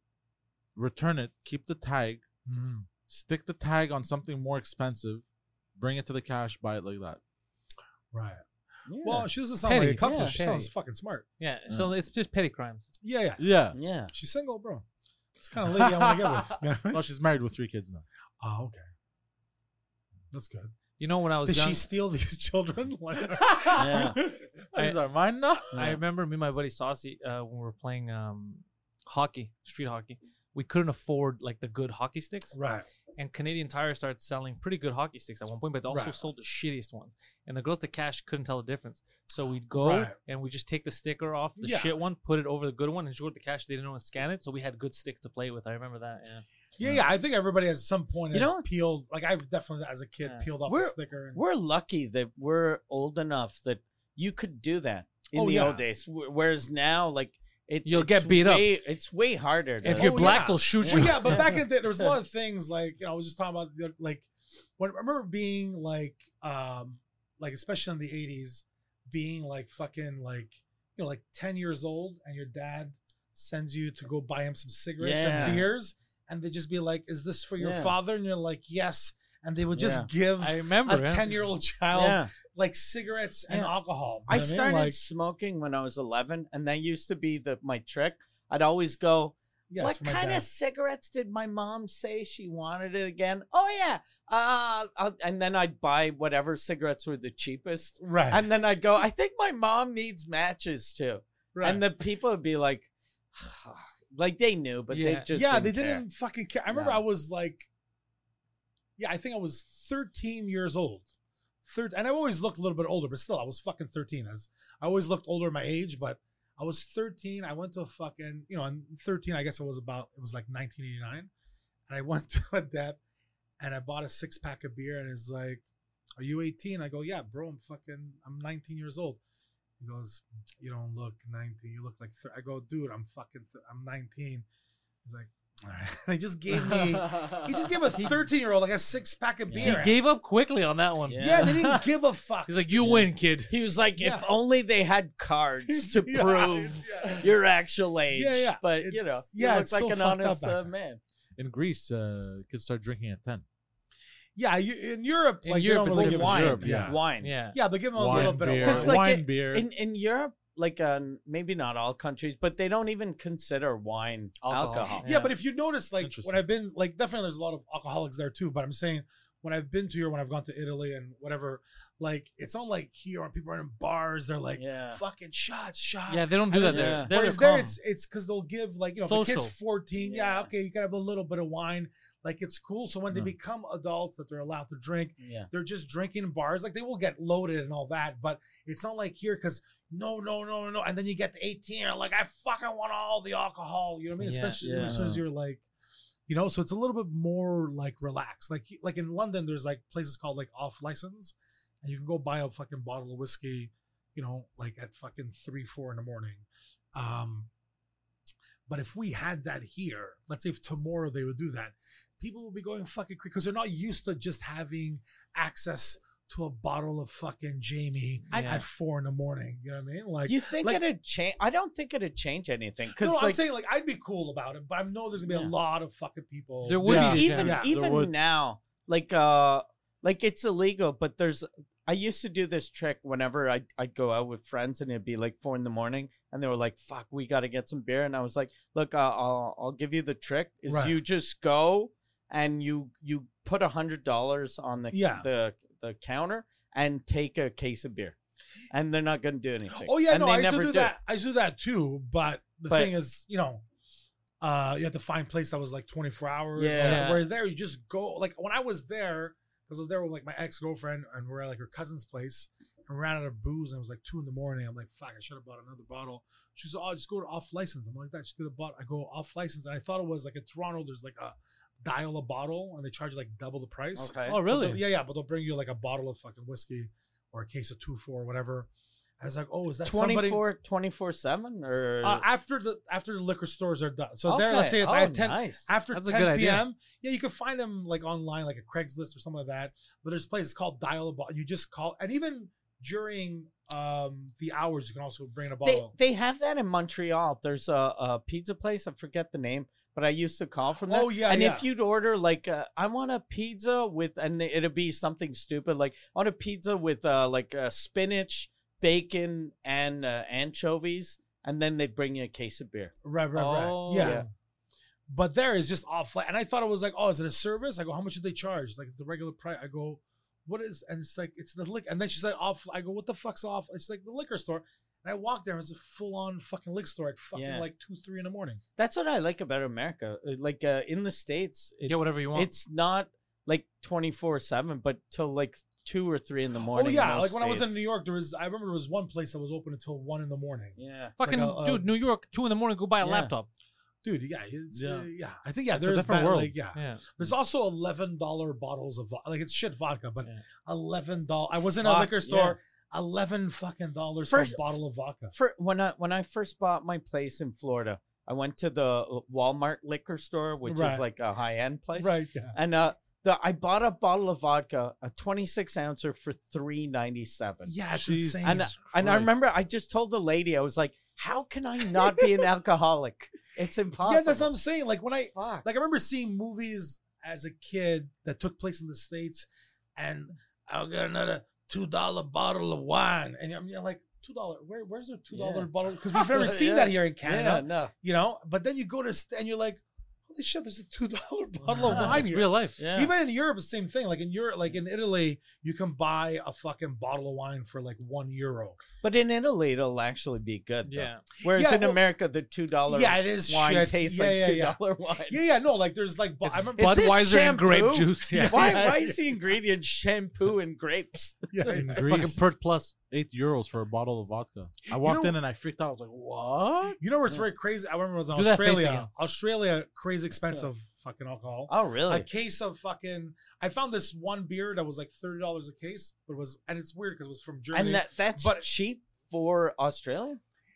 S4: return it, keep the tag,
S3: Mm.
S4: stick the tag on something more expensive, bring it to the cash, buy it like that.
S3: Right. Well, she doesn't sound
S1: Petty,
S3: like a couple.
S1: yeah,
S3: she
S1: petty.
S3: sounds fucking smart.
S1: Yeah.
S3: Mm.
S1: So it's just petty crimes.
S3: Yeah, yeah.
S4: Yeah.
S2: yeah.
S3: She's single, bro. It's kind of lady I want to get with. You know what I mean?
S4: Well, she's married with three kids now.
S3: Oh, okay. That's good.
S1: You know when I was
S3: Did
S1: young,
S3: she steal these children? Like-
S2: Yeah.
S4: These are mine now.
S1: I remember me and my buddy Saucy uh, when we were playing um, hockey, street hockey. We couldn't afford like the good hockey sticks,
S3: right.
S1: and Canadian Tire started selling pretty good hockey sticks at one point, but they also
S3: Right.
S1: sold the shittiest ones. And the girls that cash couldn't tell the difference, so we'd go
S3: Right.
S1: and we just take the sticker off the
S3: Yeah.
S1: shit one, put it over the good one, and just go to the cash. They didn't know to scan it, so we had good sticks to play with. I remember that. Yeah.
S3: Yeah, yeah. I think everybody at some point
S2: You
S3: has
S2: know-
S3: peeled. Like I've definitely, as a kid,
S1: Yeah.
S3: peeled off a
S2: We're-
S3: sticker. And,
S2: We're lucky that we're old enough that you could do that in
S3: Oh,
S2: the
S3: yeah.
S2: old days. wh- Whereas now, like, it,
S1: You'll
S2: it's
S1: get beat up.
S2: way, It's way harder. To,
S1: If
S3: Oh,
S1: you're black,
S3: yeah.
S1: they'll shoot you.
S3: Well, yeah, but back in the day, there was a lot of things like you know I was just talking about the, like when I remember being like um like especially in the eighties being like fucking like you know like ten years old and your dad sends you to go buy him some cigarettes
S2: Yeah.
S3: and beers and they just be like, "Is this for your
S2: Yeah.
S3: father?" And you're like, "Yes," and they would just
S2: Yeah.
S3: give
S1: I
S3: a
S1: remember. yeah.
S3: ten year old child
S2: yeah.
S3: like cigarettes and
S2: Yeah.
S3: alcohol. You
S2: I
S3: know what mean?
S2: started
S3: Like,
S2: smoking when I was 11, and that used to be the my trick. I'd always go,
S3: yeah, it's
S2: "What
S3: for my
S2: kind
S3: dad.
S2: of cigarettes did my mom say she wanted it again?" Oh yeah, uh, I'll, and then I'd buy whatever cigarettes were the cheapest,
S3: right?
S2: and then I'd go, "I think my mom needs matches too,"
S3: right.
S2: and the people would be like, "Like they knew, but
S1: Yeah.
S2: they just
S3: yeah,
S2: didn't
S3: they
S2: care.
S3: didn't fucking care. I remember
S2: No.
S3: I was like, yeah, I think I was 13 years old. Third, and I always looked a little bit older, but still, I was fucking 13. As I always looked older my age, but I was 13. I went to a fucking, you know, and 13, I guess it was about, it was like 1989. And I went to a dep and I bought a six pack of beer and it's like, are you 18? I go, yeah, bro, I'm fucking, I'm 19 years old. He goes, you don't look 19. You look like, thir-. I go, dude, I'm fucking, th- I'm 19. He's like, all right. And he just gave me, he just gave a 13 year old like a six pack of
S5: He
S3: beer.
S5: gave up quickly on that one.
S2: Yeah.
S3: yeah, they didn't give a fuck.
S5: He's like, you win, kid.
S2: He was like, if
S3: Yeah.
S2: only they had cards to
S3: Yeah,
S2: prove
S3: yeah.
S2: your actual age.
S3: Yeah, yeah.
S2: But you
S3: It's-
S2: know,
S3: yeah,
S2: yeah,
S3: it's
S2: looks like
S3: so
S2: an
S3: fucked up
S2: honest
S3: back
S2: uh,
S3: then.
S2: man.
S4: In Greece, uh, kids start drinking at ten.
S3: Yeah, you, in Europe,
S5: In
S3: like
S5: Europe, it's
S3: they don't really
S5: like
S3: give
S4: in
S3: wine.
S4: Europe,
S3: yeah.
S4: yeah.
S2: Wine.
S5: Yeah.
S3: Yeah, they give them a little
S4: Wine,
S3: bit
S4: beer,
S3: of wine.
S2: like,
S4: wine,
S2: it-
S4: beer.
S2: In in Europe, like uh, maybe not all countries, but they don't even consider wine
S5: Alcohol.
S2: alcohol.
S3: yeah. but if you notice, like
S4: Interesting.
S3: when I've been, like definitely there's a lot of alcoholics there too. But I'm saying when I've been to Europe, when I've gone to Italy and whatever, like it's not like here when people are in bars, they're like
S2: Yeah.
S3: fucking shots, shots.
S5: Yeah, they don't do
S3: And
S5: that
S3: it's-
S5: there.
S2: Yeah.
S5: There
S3: Whereas
S5: they're
S3: there,
S5: calm.
S3: it's it's because they'll give like you know, if a
S5: Social.
S3: kid's fourteen, yeah.
S2: Yeah.
S3: okay, you can have a little bit of wine, like it's cool. So when they become adults, that they're allowed to drink,
S2: Yeah.
S3: they're just drinking in bars. Like they will get loaded and all that, but it's not like here because no, no, no, no, no. And then you get to 18, you're like, I fucking want all the alcohol. You know what I mean?
S5: Yeah,
S3: Especially
S2: yeah.
S3: as soon as you're like, you know, so it's a little bit more like relaxed. Like like in London, there's like places called like off license, and you can go buy a fucking bottle of whiskey, you know, like at fucking three, four in the morning. Um, but if we had that here, let's say if tomorrow they would do that, people would be going fucking crazy because they're not used to just having access to a bottle of fucking Jamie
S5: I-
S3: at four in the morning. You know what I mean? Like,
S2: you think
S3: like-
S2: it'd change? I don't think it'd change anything because
S3: no, I'm
S2: like,
S3: saying like I'd be cool about it, but I know there's gonna be
S2: Yeah.
S3: a lot of fucking people.
S5: There would
S4: Yeah.
S3: be
S2: even
S3: Yeah.
S2: even
S4: would-
S2: now like uh like it's illegal but there's i used to do this trick whenever I'd, I'd go out with friends and it'd be like four in the morning and they were like fuck we gotta get some beer and i was like look uh, i'll i'll give you the trick is
S3: Right.
S2: you just go and you you put a hundred dollars on the
S3: Yeah.
S2: the the counter and take a case of beer and they're not gonna do anything
S3: Oh yeah,
S2: and
S3: no,
S2: they
S3: I used
S2: never
S3: to do
S2: do.
S3: that. I used to do that too, but the
S2: But-
S3: thing is, you know, uh, you have to find place that was like 24 hours.
S2: Yeah.
S5: Yeah.
S3: Where there, you just go. Like when I was there, because I was there with like my ex girlfriend, and we are at like her cousin's place, and we ran out of booze, and it was like two in the morning. I'm like, fuck, I should have bought another bottle. She's like, oh, just go to off license. I'm like, that she could have bought. I go off license, and I thought it was like in Toronto. There's like a dial a bottle, and they charge like double the price.
S2: okay
S5: oh,
S3: But
S5: really?
S3: they'll- Yeah, yeah, but they'll bring you like a bottle of fucking whiskey or a case of two four or whatever. I was like, oh, is that somebody?
S2: 24 24 7 or
S3: Uh, after the after the liquor stores are done, so there,
S2: Okay.
S3: let's say if
S2: oh,
S3: I had ten
S2: nice.
S3: after
S5: That's a good
S3: ten
S5: idea.
S3: p.m. Yeah, you can find them like online, like a Craigslist or something like that. But there's places called dial a bottle. You just call, and even during um the hours, you can also bring in a
S2: they,
S3: bottle.
S2: they have that in Montreal. There's a, a pizza place. I forget the name, but I used to call from there.
S3: Oh, yeah,
S2: And
S3: yeah.
S2: if you'd order like, uh, I want a pizza with, and it'd be something stupid like, I want a pizza with uh, like uh, spinach, bacon, and uh, anchovies, and then they bring you a case of beer.
S3: right, right, right.
S5: Oh.
S3: yeah.
S2: Yeah.
S3: But there is just off. Like, and I thought it was like, oh, is it a service? I go, how much did they charge? Like, it's the regular price. I go, what is? And it's like, it's the liquor. And then she's like, off. I go, what the fuck's off? It's like the liquor store. And I walked there. It was a full on fucking liquor store at fucking
S2: Yeah.
S3: like two, three in the morning.
S2: That's what I like about America. Uh, Like uh, in the states, it's,
S5: Get whatever you want.
S2: it's not like twenty four seven, but till like two or three in the morning.
S3: oh
S2: in
S3: yeah, like
S2: most
S3: when I was in
S2: states.
S3: New York, there was I remember there was one place that was open until one in the morning.
S2: Yeah.
S5: Fucking
S3: like a- a-
S5: dude, New York, two in the morning, go buy a
S2: Yeah.
S5: laptop.
S3: Dude, yeah, it's,
S4: Yeah.
S3: yeah, yeah. I think yeah,
S4: It's a
S3: there's
S4: different
S3: bad,
S4: world.
S3: Like, yeah.
S5: Yeah.
S3: there's also eleven dollar bottles of vo- like it's shit vodka, but
S4: Yeah.
S3: eleven dollar. I was in a
S2: Fuck,
S3: liquor
S2: yeah.
S3: store, eleven fucking dollars for a
S2: First-
S3: bottle of vodka.
S2: For when I when I first bought my place in Florida, I went to the uh, Walmart liquor store, which is
S3: Right.
S2: like a high end place,
S3: Right, yeah.
S2: and uh, the I bought a bottle of vodka, a twenty six ouncer for three ninety seven.
S3: Yeah, it's
S4: Jesus.
S3: insane.
S2: And, uh, and I remember I just told the lady, I was like, "How can I not be an alcoholic? It's impossible."
S3: yeah, that's what I'm saying. Like when I
S2: Fuck.
S3: like I remember seeing movies as a kid that took place in the states, and I'll get another two dollar bottle of wine, and I'm you're like two dollar. Where where's their two dollar
S2: Yeah.
S3: bottle? Because we've never seen
S2: Yeah.
S3: that here in
S2: yeah,
S3: Canada,
S2: no,
S3: you know. But then you go to st- and you're like, holy shit, there's a two dollar bottle of wine
S5: It's
S3: here.
S5: real life.
S2: yeah,
S3: Even in Europe, it's the same thing. Like in Europe, like in Italy, you can buy a fucking bottle of wine for like one euro.
S2: but in Italy, it'll actually be good. Though.
S5: Yeah.
S2: Whereas
S3: Yeah,
S2: in
S3: well-
S2: America, the two dollar
S3: Yeah, it is
S2: wine
S3: shit.
S2: tastes
S3: Yeah,
S2: like
S3: yeah,
S2: two
S3: yeah.
S2: dollar wine.
S3: Yeah, yeah, no, like there's like bo- I remember
S2: It's- Is this
S5: Budweiser and grape
S2: shampoo?
S5: juice. Yeah.
S2: Why, why is the ingredient shampoo and grapes?
S3: yeah, yeah.
S4: in
S5: It's fucking
S4: Greece,
S5: Pert Plus.
S4: eight euros for a bottle of vodka. I walked
S3: know-
S4: in and I freaked out. I was like, "What?"
S3: You know where it's very crazy? I remember it was in
S5: Do that face
S3: Australia.
S5: again.
S3: Australia, crazy expensive fucking alcohol.
S2: Oh, really?
S3: A case of fucking. I found this one beer that was like thirty dollars a case, but it was and it's weird because it was from Germany.
S2: and that that's
S3: but-
S2: cheap for Australia.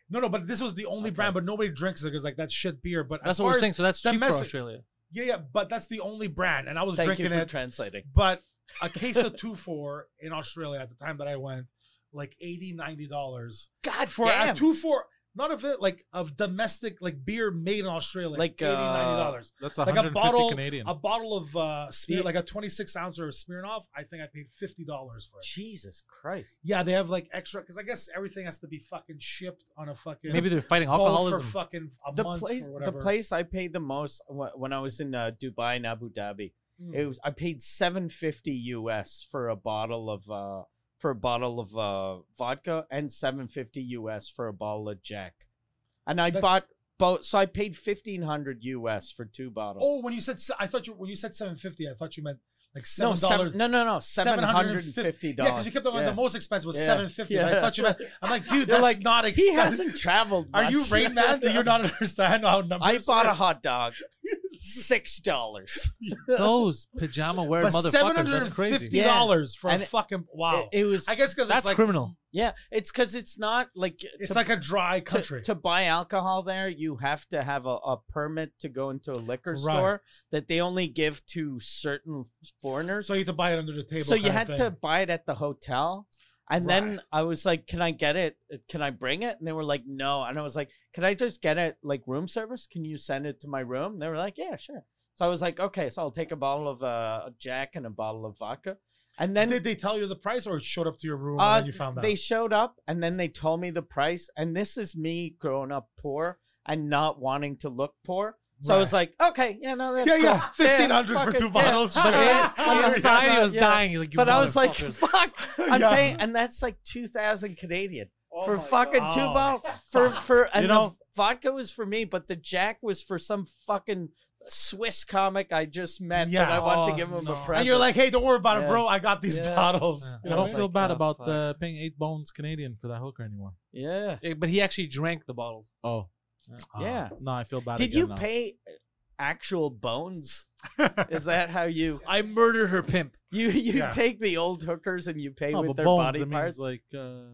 S3: no, no, but this was the only
S2: Okay.
S3: brand, but nobody drinks it because like that's shit beer. But as
S5: That's what
S3: far
S5: we're
S3: as-
S5: saying. So that's cheap for
S3: domestic-
S5: Australia.
S3: Yeah, yeah, but that's the only brand, and I was
S2: Thank you
S3: drinking
S2: for
S3: it.
S2: translating.
S3: but a case of two four in Australia at the time that I went, like 80 dollars
S2: God
S3: for
S2: damn.
S3: a two four. Not of it, like of domestic, like beer made in Australia,
S2: Like, uh,
S3: 80 dollars.
S4: That's
S3: like a
S4: 150
S3: bottle,
S4: Canadian.
S3: a bottle of uh, Smear,
S2: Yeah.
S3: like a 26 ounce or a Smirnoff. I think I paid fifty dollars for it.
S2: Jesus Christ.
S3: Yeah, they have like extra because I guess everything has to be fucking shipped on a fucking
S5: Maybe they're fighting
S3: boat
S5: alcoholism.
S3: for fucking a
S2: The
S3: month
S2: place,
S3: or
S2: the
S3: whatever.
S2: place I paid the most wh- when I was in uh, Dubai and Abu Dhabi,
S3: Mm.
S2: it was I paid seven fifty US for a bottle of uh for a bottle of uh vodka and seven fifty US for a bottle of Jack, and I
S3: That's-
S2: bought both. So I paid fifteen hundred US for two bottles.
S3: oh, when you said se- I thought you when you said seven fifty, I thought you meant like
S2: no,
S3: seven
S2: seven,
S3: dollars.
S2: no, no, no, seven hundred and fifty
S3: Yeah, because
S2: dollars.
S3: you kept on the most expensive was
S2: Yeah.
S3: seven fifty. I
S2: Yeah.
S3: thought you meant. I'm like, dude,
S2: You're
S3: that's
S2: like,
S3: not
S2: He
S3: expensive.
S2: hasn't traveled.
S3: Are you
S2: much.
S3: Rain Man? Do you not understand how numbers?
S2: I bought a
S3: work?
S2: hot dog, six dollars.
S5: Those pajama wearing
S3: But seven
S5: motherfuckers.
S3: hundred
S5: That's
S3: and
S5: crazy.
S3: fifty dollars for
S2: And
S3: a
S2: it-
S3: fucking wow.
S2: It, it was
S3: I guess because
S5: That's
S3: it's like,
S5: criminal.
S2: yeah. It's because it's not like uh,
S3: It's
S2: to-
S3: like a dry
S2: to-
S3: country.
S2: To, buy alcohol there, you have to have a, a permit to go into a liquor
S3: Right.
S2: store that they only give to certain foreigners.
S3: so you had to buy it under the table.
S2: So you
S3: kinda
S2: had
S3: thing.
S2: to buy it at the hotel. And then I was like, "Can I get it? Uh, Can I bring it?" And they were like, "No." And I was like, "Can I just get it like room service? Can you send it to my room?" They were like, "Yeah, sure." So I was like, "Okay, so I'll take a bottle of uh, Jack and a bottle of vodka." And then
S3: did they tell you the price, or it showed up to your room
S2: uh,
S3: and then you found out?
S2: They showed up and then they told me the price. And this is me growing up poor and not wanting to look poor. So I was like, okay, yeah, no, that's
S3: Yeah,
S2: cool.
S3: yeah, 1500 for two bottles.
S2: But,
S3: But
S2: it-
S3: it-
S2: I'm
S3: but
S2: not-
S5: inside he
S2: I'm
S5: was
S2: not- yeah.
S5: dying. He's like, you
S2: But I was like,
S5: motherfuckers.
S2: fuck, I'm
S3: Yeah.
S2: paying, and that's like two thousand Canadian
S3: Oh
S2: for
S3: my
S2: fucking
S3: God.
S2: two
S3: Oh,
S2: bottles for for and the
S4: know-
S2: vodka was for me, but the Jack was for some fucking Swiss comic I just met that
S3: Yeah.
S2: I wanted
S5: Oh,
S2: to give him
S5: no.
S2: a
S5: And
S2: present.
S3: and you're like, hey, don't worry about it,
S2: Yeah.
S3: bro. I got these
S5: Yeah.
S3: bottles.
S5: Yeah.
S3: You
S4: I
S3: know?
S4: don't feel bad
S5: oh,
S4: about
S5: fuck.
S4: uh, paying eight bones Canadian for that hooker anymore.
S2: yeah.
S5: Yeah, but he actually drank the bottles.
S4: Oh,
S5: Ah.
S2: Yeah.
S4: no, I feel bad.
S2: Did
S4: again
S2: you
S4: now.
S2: pay uh, actual bones? Is that how you
S5: I murdered her pimp.
S2: you you
S3: Yeah.
S2: take the old hookers and you pay
S4: No,
S2: with
S4: but
S2: their
S4: Oh, bones,
S2: body
S4: it means,
S2: parts?
S4: like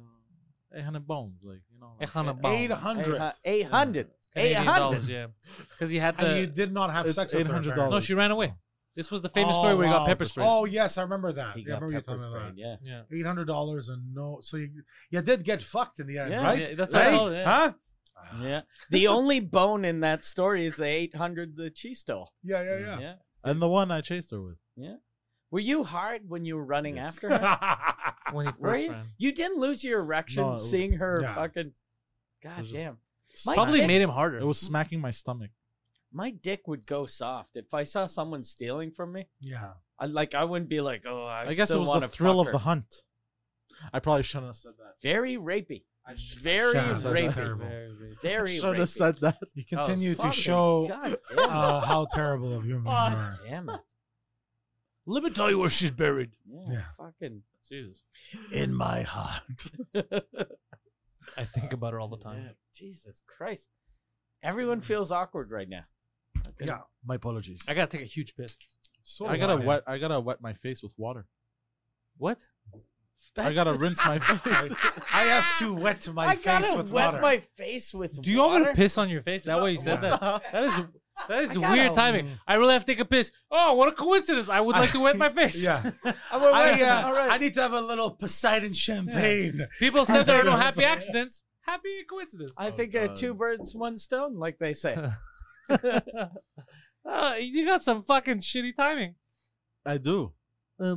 S4: uh, eight hundred bones, like you know. Like,
S5: Ehana bomb.
S3: Eight hundred.
S2: eight hundred. Eight
S5: Canadian
S2: hundred.
S5: dollars, yeah. Because he had
S3: And you
S5: to.
S3: did not have
S4: It's
S3: sex with her.
S4: $800.
S3: apparently.
S5: No, she ran away. This was the famous
S3: Oh,
S5: story where he
S3: wow.
S5: got pepper sprayed.
S3: Oh yes, I remember that.
S2: He
S3: Yeah, I
S2: got
S3: remember you
S2: pepper
S3: telling me
S2: sprayed.
S3: that.
S2: Yeah.
S5: Yeah.
S3: Eight hundred dollars and no, so you you did get fucked in the end,
S2: Yeah.
S3: right?
S5: Yeah, that's
S3: right?
S5: all, yeah.
S3: Huh?
S2: Yeah. The only bone in that story is the 800 that she stole.
S3: Yeah, yeah, yeah.
S2: Yeah.
S4: And the one I chased her with.
S2: Were you hard when you were running
S4: Yes.
S2: after her?
S3: Ah,
S5: When he
S2: Were
S5: first
S2: you?
S5: ran.
S2: You didn't lose your erection
S4: No, it was-
S2: seeing her
S3: yeah.
S2: fucking. God
S4: just-
S2: damn. My
S5: Probably
S2: dick,
S5: made him harder.
S4: It
S3: Mm-hmm.
S4: was smacking my stomach.
S2: my dick would go soft if I saw someone stealing from me.
S3: Yeah.
S2: I like I wouldn't be like, oh, I,
S4: I, guess it
S2: still
S4: was
S2: wanna
S4: the thrill
S2: fuck
S4: of the
S2: her.
S4: hunt. I probably shouldn't have said that.
S2: very rapey,
S4: I
S2: very
S3: shouldn't have said
S2: rapey,
S3: that. Terrible.
S2: very
S4: Should
S2: rapey.
S4: have said that.
S3: You
S2: Oh,
S3: continue to
S2: fucking
S3: show
S2: God damn it.
S3: uh, how terrible of human you are.
S2: God damn it.
S5: Let me tell you where she's buried.
S2: Yeah,
S3: Yeah.
S2: Fucking.
S5: Jesus.
S3: in my heart.
S5: I think about her all the time.
S2: Yeah, Jesus Christ. Everyone feels awkward right now.
S3: Yeah.
S4: My apologies.
S5: I gotta take a huge piss.
S3: So
S4: I gotta
S3: wild.
S4: wet. I gotta wet my face with water.
S5: What?
S4: I gotta rinse my face.
S3: I have to wet my
S2: I
S3: face
S2: gotta
S3: with
S2: wet
S3: water.
S2: my face with
S5: Do you
S2: water.
S5: want me to piss on your face? Is that way you said that. That is that is
S2: I gotta-
S5: weird timing. I really have to take a piss. Oh, what a coincidence! I would like to wet my face.
S3: yeah.
S2: I, will
S3: I,
S2: wet-
S3: uh,
S2: all right.
S3: I need to have a little Poseidon champagne.
S5: People said there are no
S3: Yeah.
S5: happy accidents. Happy coincidence.
S2: I think uh, two birds, one stone, like they say.
S5: Uh, you got some fucking shitty timing.
S4: I do.
S2: so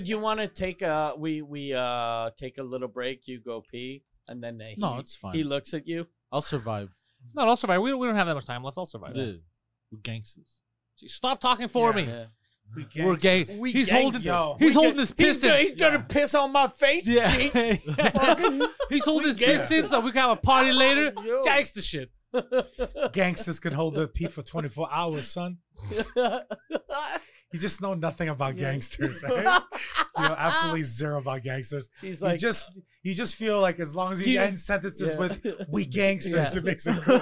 S2: do you want to take a we we uh take a little break? You go pee, and then uh, he,
S4: No, it's fine.
S2: He looks at you.
S4: I'll survive.
S5: No, I'll survive. We, we don't have that much time left. I'll survive.
S4: Dude, we're gangsters.
S5: Jeez, Stop talking for
S3: Yeah.
S5: me.
S3: We
S5: We're gay.
S3: We
S5: he's
S3: gang-
S5: holding.
S3: yo.
S5: He's
S2: We
S5: holding
S2: get-
S5: his
S2: he's
S5: piston.
S2: gonna- He's, gonna piss on my face. G.
S5: yeah. he's holding his piston, so we can have a party later.
S2: Yo.
S5: Jacks the shit.
S3: Gangsters can hold the pee for 24 hours, son. You just know nothing about gangsters. Right? you know absolutely zero about gangsters.
S2: He's
S3: You
S2: like,
S3: just you just feel like as long as you
S6: You-
S3: end sentences
S2: yeah.
S3: with "we gangsters,"
S2: Yeah.
S3: it makes it. Cool.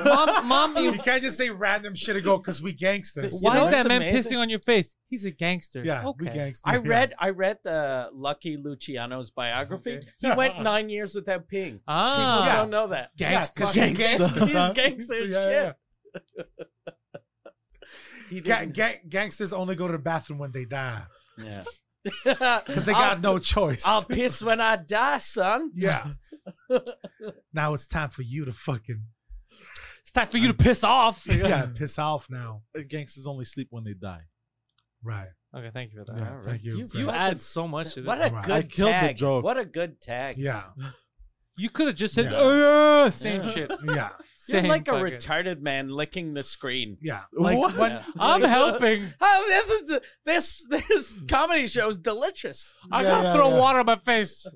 S1: Mom, mom,
S3: you
S1: you,
S3: can't just say random shit and go because we gangsters.
S2: You
S1: why
S2: know,
S1: is
S2: it's
S1: that man
S2: amazing.
S1: pissing on your face? He's a gangster.
S3: Yeah,
S1: okay.
S3: we gangsters.
S2: I
S3: yeah.
S2: read I read uh, Lucky Luciano's biography.
S3: Okay.
S2: He went nine years without peeing. People
S1: Ah,
S3: Yeah.
S2: don't know that.
S3: Gangster.
S2: Because
S3: Yeah,
S2: he's
S3: gangster,
S2: gangster. He's
S3: son.
S2: gangster as
S3: Yeah, yeah,
S2: shit. He
S3: Ga-
S2: didn't.
S3: ga- gangsters only go to the bathroom when they die
S2: Yeah.
S3: because they got
S2: I'll,
S3: no choice.
S2: I'll piss when I die, son.
S3: yeah. now it's time for you to fucking
S1: it's time for you to piss off.
S3: yeah piss off now.
S4: Gangsters only sleep when they die.
S3: Right.
S1: Okay, thank you for that.
S3: Yeah,
S2: right.
S3: Thank you.
S2: You-
S3: Frank.
S1: You add so much to this.
S2: What a
S3: Right.
S2: good
S4: I killed the
S2: tag.
S4: joke.
S2: What a good tag.
S3: yeah.
S1: you could have just said
S3: Yeah.
S1: "Uh, same
S2: Yeah.
S1: shit.
S3: Yeah.
S1: Same
S2: You're like a
S1: fucking-
S2: retarded man licking the screen.
S3: Yeah. Like
S4: What?
S3: when
S2: Yeah.
S1: I'm helping.
S2: Oh, this, is- this this comedy show is delicious.
S1: I
S3: Yeah,
S1: gotta
S3: yeah,
S1: throw
S3: yeah.
S1: water on my face.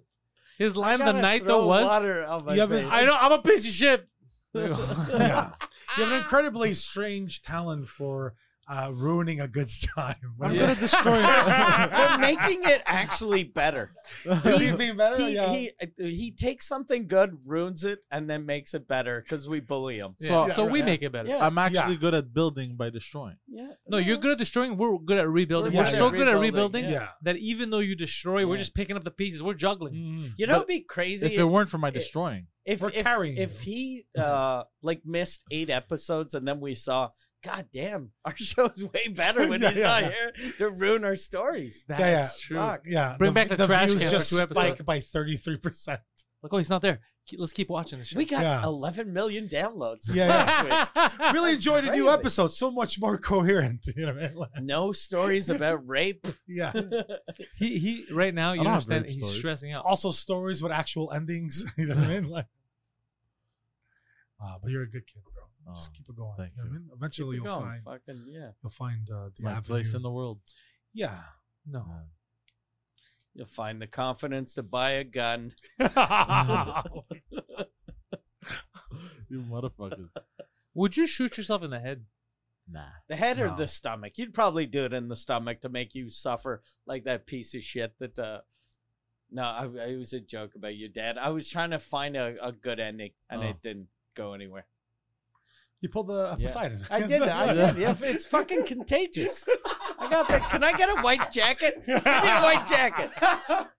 S1: His line the
S2: Gotta
S1: night
S2: throw
S1: though was,
S2: water on my
S3: You have his-
S2: face.
S1: "I know I'm a piece of shit."
S3: yeah. You have an incredibly strange talent for uh, ruining a good time.
S4: I'm
S3: Yeah.
S4: gonna destroy
S2: We're making it actually better.
S3: Does he being better?
S2: He,
S3: yeah.
S2: he he takes something good, ruins it, and then makes it better because we bully him.
S1: So,
S4: Yeah,
S1: so we
S2: right.
S1: make it better. Um,
S2: Yeah.
S4: I'm actually good at building by destroying.
S2: Yeah.
S1: No, you're good at destroying. We're good at rebuilding.
S2: We're
S1: We're
S3: good
S1: so
S3: at
S1: good at
S2: rebuilding,
S1: rebuilding
S3: yeah. Mm.
S1: that even though you destroy, we're
S2: Yeah.
S1: just picking up the pieces. We're juggling.
S3: Mm-hmm.
S2: You know,
S4: But
S2: it'd be crazy
S4: If it weren't for my destroying,
S2: if
S3: we're
S2: if,
S3: carrying
S2: if
S3: you.
S2: he uh like missed eight episodes and then we saw, God damn, our show's way better when
S3: Yeah,
S2: he's
S3: yeah,
S2: not
S3: yeah.
S2: here to ruin our stories.
S1: That's
S3: yeah, yeah.
S1: true.
S2: Fuck.
S3: Yeah.
S1: Bring back the trash
S3: views
S1: can for
S3: just
S1: two episodes.
S3: spike by 33%.
S1: Like, oh, he's not there. Ke- Let's keep watching this shit.
S2: We got
S3: Yeah.
S2: 11 million downloads.
S3: Yeah,
S2: last week.
S3: Really enjoyed a new
S2: Crazy.
S3: episode. So much more coherent. You know what I mean? Like,
S2: No stories about rape.
S3: yeah.
S1: he he. Right now, you
S4: don't have
S1: understand.
S4: rape
S1: He's
S4: stories.
S1: stressing out.
S3: Also, stories with actual endings. You know what I mean? Like, Ah, but you're a good kid, bro. Just
S4: Oh,
S3: keep it going.
S4: thank
S3: you know what I mean? Eventually,
S2: Keep
S3: you'll
S1: oh,
S2: going.
S3: find,
S2: Fucking yeah.
S3: you'll find uh, the
S4: my
S3: avenue.
S4: place in the world.
S3: yeah.
S1: No.
S2: You'll find the confidence to buy a gun.
S4: you motherfuckers.
S1: Would you shoot yourself in the head?
S4: Nah.
S2: The head or
S3: No.
S2: the stomach? You'd probably do it in the stomach to make you suffer like that piece of shit that. Uh, no, I, I- it was a joke about your dad. I was trying to find a, a good ending and
S4: Oh.
S2: it didn't go anywhere.
S3: You pulled the
S2: Yeah.
S3: Poseidon.
S2: I did. I did. Yeah, it's fucking contagious. I got that. Can I get a white jacket? Give me a white jacket.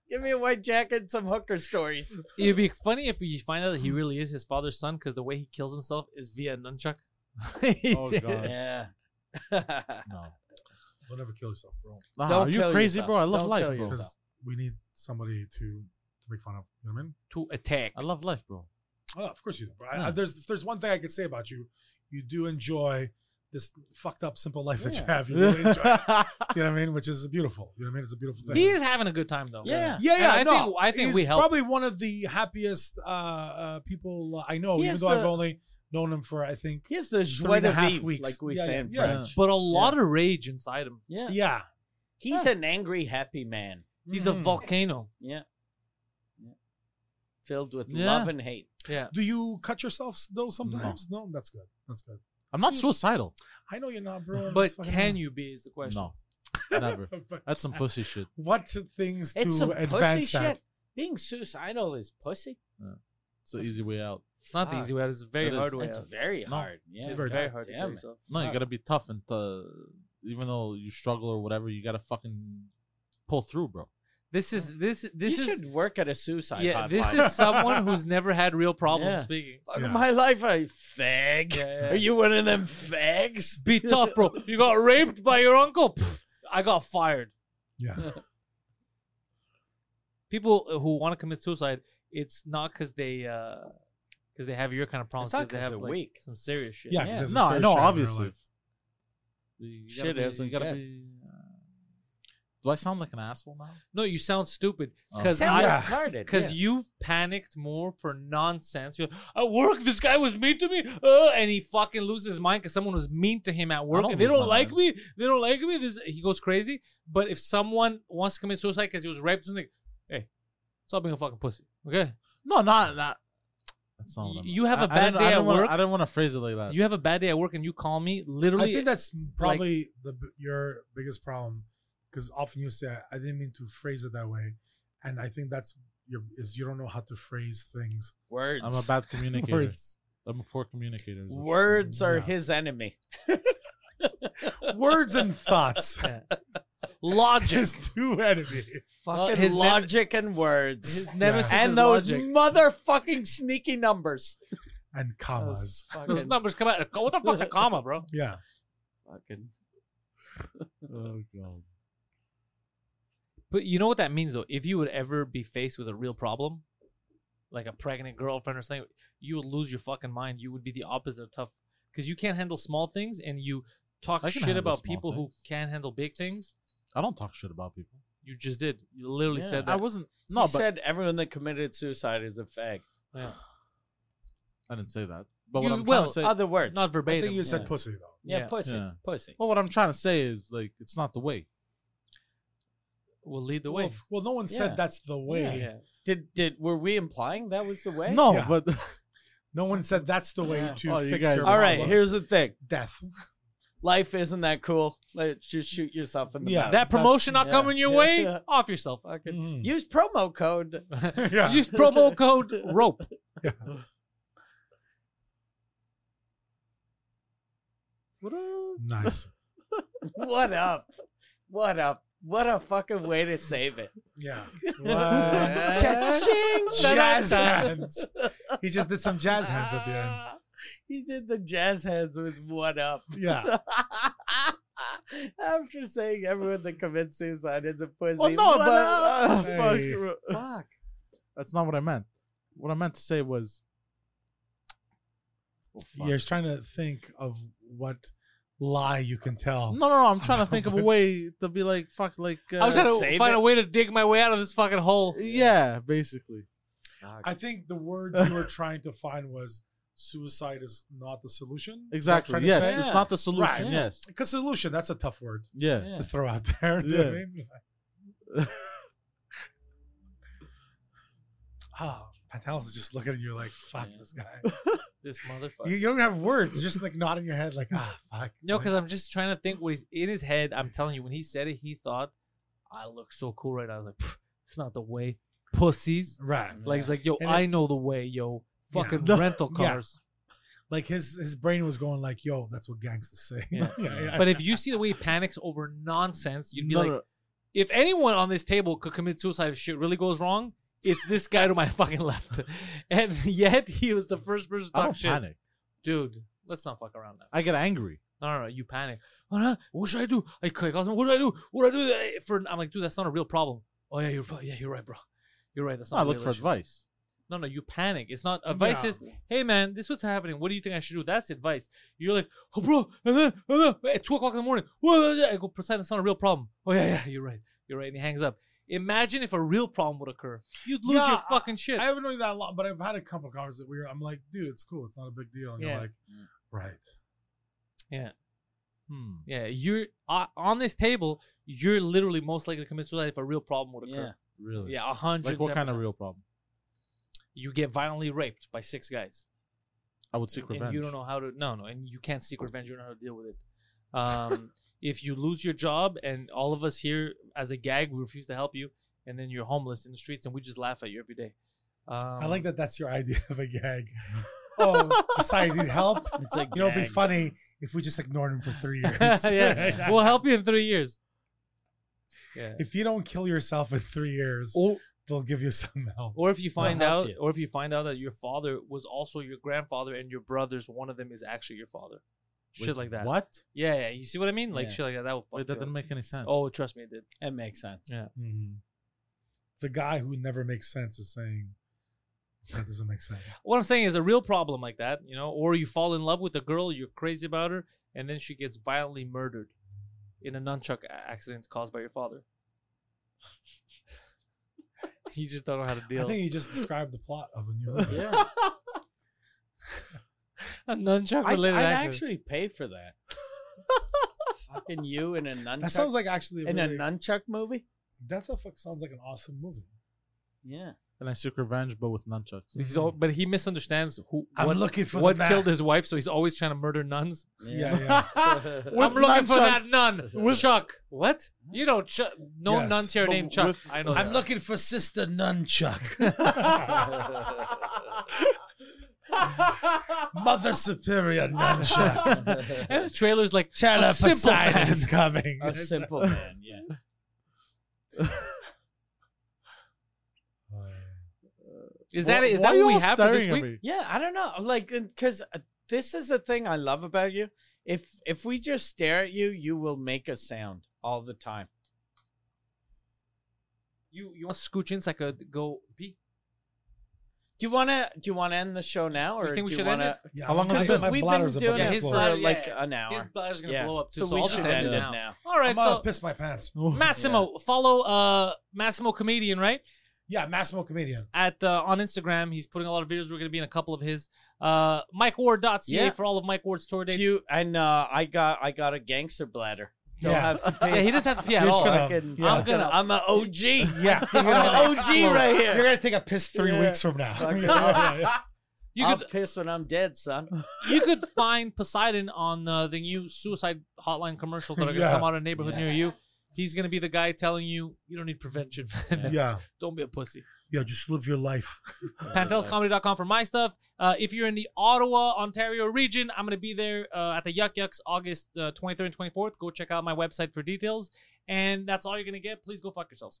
S2: Give me a white jacket and some hooker stories.
S1: It'd be funny if you find out that he really is his father's son because the way he kills himself is via nunchuck.
S4: Oh, God.
S2: Yeah.
S4: No.
S3: Don't ever kill yourself, bro.
S4: Nah,
S2: Don't
S4: are you
S2: kill
S4: crazy,
S2: yourself.
S4: bro? I love
S2: Don't
S4: life,
S2: kill
S4: bro.
S2: yourself.
S3: Because we need somebody to to make fun of. You know what I mean?
S1: To attack.
S4: I love life, bro.
S3: Oh, of course you do. Bro. I- I-
S4: Yeah.
S3: there's if there's one thing I could say about you, you do enjoy this fucked up simple life that you have. You really enjoy. it. you know what I mean? Which is beautiful. You know what I mean? It's a beautiful thing.
S1: He is having a good time though.
S2: Yeah.
S3: yeah,
S1: And
S3: yeah.
S1: I
S3: no,
S1: think- I think
S3: he's
S1: we helped.
S3: Probably one of the happiest uh, uh, people I know,
S2: He
S3: even
S2: has
S3: though I've
S2: the-
S3: only known him for I think.
S2: Here's the
S3: Three
S2: joie
S3: and a
S2: de
S3: half
S2: vivre,
S3: weeks.
S2: like we
S3: Yeah,
S2: say
S3: yeah,
S2: in
S3: yeah.
S2: French.
S1: But a lot of rage inside him.
S2: Yeah.
S3: Yeah,
S2: He's an angry, happy man.
S1: He's a
S3: Mhm.
S1: volcano.
S2: Yeah. Yeah. Filled with
S4: Yeah.
S2: love and hate.
S1: Yeah.
S3: Do you cut yourself though? Sometimes no. that's good. That's good.
S4: I'm not suicidal.
S3: I know you're not, bro. I'm
S1: But
S3: just fucking-
S1: can you be is the question.
S4: No. Never.
S3: But
S4: That's some pussy shit.
S3: what things
S2: It's
S3: to
S2: some pussy
S3: advance that?
S2: shit. Being suicidal is pussy.
S4: It's the easy way out.
S1: It's not the
S2: Fuck.
S1: easy way. out, It's a very
S4: It is.
S1: hard way.
S2: It's
S1: out.
S2: very
S4: No.
S2: hard. Yeah,
S3: It's very
S2: God
S1: hard to kill
S2: damn it.
S1: yourself.
S4: No, you
S2: Fuck.
S4: gotta be tough and uh, even though you struggle or whatever, you gotta fucking pull through, bro.
S1: This is this this
S2: you
S1: is
S2: should work at a suicide.
S1: yeah.
S2: hotline.
S1: This is someone who's never had real problems
S2: Yeah.
S1: speaking.
S2: Fuck
S3: Yeah.
S2: my life, I fag.
S1: Yeah.
S2: Are you one of them fags?
S1: Be tough, bro. You got raped by your uncle. Pff, I got fired.
S3: Yeah.
S1: People who want to commit suicide, it's not because they because they have your kind of problems.
S2: It's not
S1: 'cause they
S2: 'cause
S1: have
S2: they're
S1: like,
S2: weak.
S1: some serious shit.
S3: Yeah,
S2: Yeah.
S3: 'cause there's a
S4: No, I
S3: serious
S4: know,
S3: shit in their
S4: obviously.
S3: life.
S4: You gotta
S2: Shit
S4: be-
S2: isn't
S4: you gotta
S2: good.
S4: be. Uh, do I sound like an asshell now?
S1: No, you sound stupid
S4: Oh.
S1: because
S2: Sound
S1: I
S3: Yeah.
S2: retarded.
S1: because
S2: yeah.
S1: you've panicked more for nonsense. You're like, at work, this guy was mean to me, uh, and he fucking loses his mind because someone was mean to him at work.
S4: don't
S1: and they
S4: lose
S1: don't
S4: my
S1: like
S4: mind.
S1: me. They don't like me. This he goes crazy. But if someone wants to commit suicide because he was raped, it's like, hey, stop being a fucking pussy, okay?
S4: No, not that. That's not. what I meant.
S1: You have a
S4: I- I
S1: bad
S4: didn't-
S1: day
S4: I
S1: at
S4: didn't wanna-
S1: work.
S4: I don't want to phrase it like that.
S1: You have a bad day at work and you call me. Literally,
S3: I think that's probably the b- your biggest problem because often you say I didn't mean to phrase it that way, and I think that's your is you don't know how to phrase things.
S2: Words.
S4: I'm a bad communicator.
S3: Words.
S4: I'm a poor communicator. is what you're
S2: Words
S4: saying.
S2: are
S4: Yeah.
S2: his enemy.
S3: Words and thoughts
S1: logic. Uh,
S3: is two enemies.
S1: Fucking
S2: His logic and words.
S1: His nemesis
S2: and
S1: is
S2: those
S1: logic.
S2: motherfucking sneaky numbers.
S3: and commas.
S1: Those numbers come out. What the fuck's a comma, bro?
S3: Yeah,
S2: Fucking.
S4: Oh god.
S1: But you know what that means though? If you would ever be faced with a real problem, like a pregnant girlfriend or something, you would lose your fucking mind. You would be the opposite of tough because you can't handle small things and you talk
S4: I can
S1: shit
S4: handle
S1: about
S4: small
S1: people
S4: things.
S1: who can't handle big things.
S4: I don't talk shit about people.
S1: You just did. You literally
S4: Yeah,
S1: said that.
S4: I wasn't. No,
S2: No,
S4: but
S2: said everyone that committed suicide is a fag.
S1: Yeah.
S4: I didn't say that. But
S1: You
S4: what I'm trying
S1: will,
S4: to say.
S2: Other words.
S1: Not
S3: I
S1: verbatim.
S3: think you said
S2: yeah.
S3: pussy though.
S2: yeah,
S1: yeah.
S2: pussy.
S4: Yeah.
S2: Pussy.
S4: well, what I'm trying to say is like it's not the way.
S1: We'll lead the
S3: Well,
S1: way.
S3: f- well, no one
S2: Yeah.
S3: said that's the way.
S2: Yeah.
S1: Yeah.
S2: Did did were we implying that was the way?
S4: No,
S3: Yeah.
S4: but
S3: No one said that's the way
S2: Yeah.
S3: to
S4: Oh, you
S3: fix
S4: guys-
S3: your.
S2: All right,
S3: problems.
S2: here's the thing.
S3: death.
S2: Life isn't that cool. Let's just shoot yourself in the
S3: Yeah.
S2: mouth.
S1: That
S3: that's-
S1: promotion not
S2: yeah,
S1: coming your
S2: yeah,
S1: way,
S2: yeah.
S1: off yourself.
S2: Fucking
S3: Mm.
S2: use promo code.
S3: yeah.
S1: Use promo code ROPE.
S3: Yeah.
S4: what up?
S3: Nice.
S2: What up? What up? What a fucking way to save it.
S3: Yeah.
S2: Cha-ching!
S3: jazz hands. He just did some jazz hands at the end.
S2: He did the jazz hands with what up.
S3: Yeah.
S2: After saying everyone that commits suicide is a pussy.
S4: Well, no,
S2: what
S4: but
S2: up?
S4: uh,
S3: Hey.
S4: fuck, fuck. That's not what I meant. What I meant to say was. Oh, fuck.
S3: You're trying to think of what lie you can tell.
S4: No, no, no. I'm trying to think of a way to be like, fuck, like. Uh,
S1: Oh. I was trying to
S2: save
S1: find
S2: it.
S1: a way to dig my way out of this fucking hole.
S4: Yeah, basically.
S3: I think the word you were trying to find was suicide is not the solution.
S4: Exactly. Yes,
S3: Yes.
S4: it's
S2: Yeah.
S4: not the solution.
S3: Right.
S4: Yes.
S3: Because solution, that's a tough word
S4: Yeah.
S3: to throw out there. you know what I
S4: Yeah.
S3: mean? Ah, Pantelis is just looking at you like, fuck this guy.
S1: This motherfucker.
S3: You, you don't have words, you're just like nodding your head, like, ah, fuck.
S1: No, because I'm just trying to think what he's in his head. I'm telling you, when he said it, he thought, I look so cool right now. I was like, "Pff, it's not the way. Pussies.
S3: Right.
S1: Like, it's like, yo,
S3: Mm, And
S1: I
S3: it-
S1: know the way, yo.
S3: Yeah.
S1: Fucking
S3: No.
S1: rental
S3: Yeah.
S1: cars.
S3: Like his his brain was going like, yo, that's what gangsters say.
S1: Yeah. But if you see the way he panics over nonsense, you'd be
S4: No,
S1: like,
S4: no,
S1: if anyone on this table could commit suicide if shit really goes wrong, it's this guy to my fucking left. And yet he was the first person to
S4: I
S1: talk
S4: don't
S1: shit.
S4: panic.
S1: Dude, let's not fuck around now.
S4: I get angry.
S1: No, no, no, you panic. Oh, no, what should I do? I click. I was like, what do I do? What do I do? For I'm like, dude, that's not a real problem. Oh yeah, you're fu- yeah, you're right, bro. You're right. That's
S4: No,
S1: not.
S4: I
S1: a
S4: look
S1: real
S4: for
S1: issue.
S4: advice.
S1: No, no, you panic. It's not advice.
S3: Yeah.
S1: Is hey man, this is what's happening. What do you think I should do? That's advice. You're like, oh bro, and then, and then at two o'clock in the morning. Whoa, I go, Poseidon, that's not a real problem. Oh yeah, yeah, you're right. You're right. And he hangs up. Imagine if a real problem would occur. You'd lose
S3: Yeah,
S1: your
S3: I-
S1: fucking shit.
S3: I haven't known you that long, but I've had a couple cars that we were. I'm like, dude, it's cool. It's not a big deal. And
S1: Yeah.
S3: you're like, right.
S1: yeah.
S4: Hmm.
S1: Yeah, you're uh, on this table. You're literally most likely to commit suicide if a real problem would occur.
S4: Really?
S1: Yeah, a hundred.
S4: Like what kind of
S1: real?
S4: real problem?
S1: you get violently raped by six guys,
S4: I would seek revenge.
S1: and you don't know how to. No, no, and you can't seek revenge. You don't know how to deal with it. Um, if you lose your job, and all of us here as a gag, we refuse to help you, and then you're homeless in the streets, and we just laugh at you every day. Um,
S3: I like that. That's your idea of a gag. oh, society need help.
S2: It's like
S3: You know, it'd be funny if we just ignored him for three years.
S1: yeah, we'll help you in three years. Yeah.
S3: If you don't kill yourself in three years,
S1: Or,
S3: they'll give you some help.
S1: or if you find
S2: help
S1: out,
S2: you.
S1: or if you find out that your father was also your grandfather, and your brothers, one of them is actually your father, shit
S4: Wait,
S1: like that.
S4: What?
S1: Yeah, yeah. You see what I mean? Like
S2: Yeah.
S1: shit like that. That would fuck
S4: Wait,
S1: you
S4: that
S1: up.
S4: didn't make any sense. Mm-hmm.
S1: Oh, trust me, it did.
S2: It makes sense.
S3: Mhm. The guy who never makes sense is saying that doesn't make sense.
S1: what I'm saying is a real problem like that, you know, or you fall in love with a girl, you're crazy about her, and then she gets violently murdered in a nunchuck a- accident caused by your father. you just don't know how to
S3: I
S1: deal.
S3: think you just described the plot of a new movie.
S2: Yeah.
S1: a nunchuck
S2: I'd,
S1: related
S2: I'd
S1: accident.
S2: actually pay for that. Fucking you in a nunchuck.
S3: That sounds like actually a
S2: in
S3: really,
S2: a nunchuck movie.
S3: That's a fuck sounds like an awesome movie.
S2: Yeah.
S4: and I seek revenge, but with nunchucks.
S5: He's all, but he misunderstands who
S3: I'm
S5: what,
S3: looking for the
S5: what
S3: man.
S5: killed his wife, so he's always trying to murder nuns.
S3: Yeah, yeah.
S1: I'm looking for that nun.
S4: With-
S1: Chuck. What? You know, Chuck. No
S3: Yes.
S1: nuns here
S4: But
S1: named Chuck.
S4: with-
S1: I know.
S3: I'm
S1: that.
S3: looking for Sister Nunchuck, Mother Superior Nunchuck.
S5: and the trailer's like
S3: Tell her
S5: a simple
S3: Poseidon
S5: man.
S3: is coming.
S2: A simple man, yeah.
S5: Is that
S4: Why-
S5: it? Is
S4: why
S5: that
S4: you
S5: what we
S4: all
S5: have for this
S4: staring at
S5: week?
S4: me?
S2: Yeah, I don't know. Like,
S1: uh,
S2: because this is the thing I love about you. If if we just stare at you, you will make a sound all the time.
S1: You you want to scooch in so I could go pee?
S2: Do you wanna do you wanna end the show now, or
S1: You think we
S2: do
S1: should
S2: you
S1: end
S2: wanna?
S3: Yeah,
S4: How long
S3: I'm
S4: is
S3: gonna-
S4: it?
S3: My
S2: We've
S3: bladder's
S2: been
S3: about
S2: doing
S3: to
S1: his
S2: this for
S3: explode.
S1: bladder-
S2: like
S1: yeah.
S2: an hour.
S1: His bladder's gonna
S2: Yeah.
S1: blow up too.
S2: So
S1: So,
S2: we
S1: I'll just
S2: should
S1: end,
S2: end
S1: it
S2: it
S1: now.
S2: now.
S1: All right,
S3: I'm gonna
S1: so
S3: piss my pants.
S1: Massimo, follow uh Massimo comedian right
S3: Yeah, Massimo comedian.
S1: at uh, on Instagram. He's putting a lot of videos. We're gonna be in a couple of his. Uh, MikeWard.ca
S2: Yeah.
S1: for all of Mike Ward's tour
S2: Do
S1: dates.
S2: you, and uh, I got I got a gangster bladder. Don't
S3: Yeah.
S2: have to pay.
S1: yeah, he doesn't have to pee at
S3: You're
S1: all.
S3: just gonna-
S2: Fucking-
S3: yeah.
S2: I'm gonna I'm an OG.
S3: Yeah,
S2: I'm an OG right here.
S3: You're gonna take a piss three
S2: Yeah.
S3: weeks from now.
S2: Fucking-
S3: Yeah, yeah,
S1: You
S2: I'll
S1: could
S2: piss when I'm dead, son.
S1: you could find Poseidon on uh, the new Suicide Hotline commercials that are gonna
S3: Yeah.
S1: come out in a neighborhood
S2: Yeah.
S1: near you. He's gonna be the guy telling you you don't need prevention.
S3: yeah.
S1: methods.
S3: yeah, Uh,
S1: Don't be a pussy.
S3: yeah. Just live your life.
S1: PantelsComedy.com for my stuff. Uh, if you're in the Ottawa, Ontario region, I'm going to be there uh, at the Yuck Yucks August uh, 23rd and 24th. Go check out my website for details. And that's all you're going to get. Please go fuck yourselves.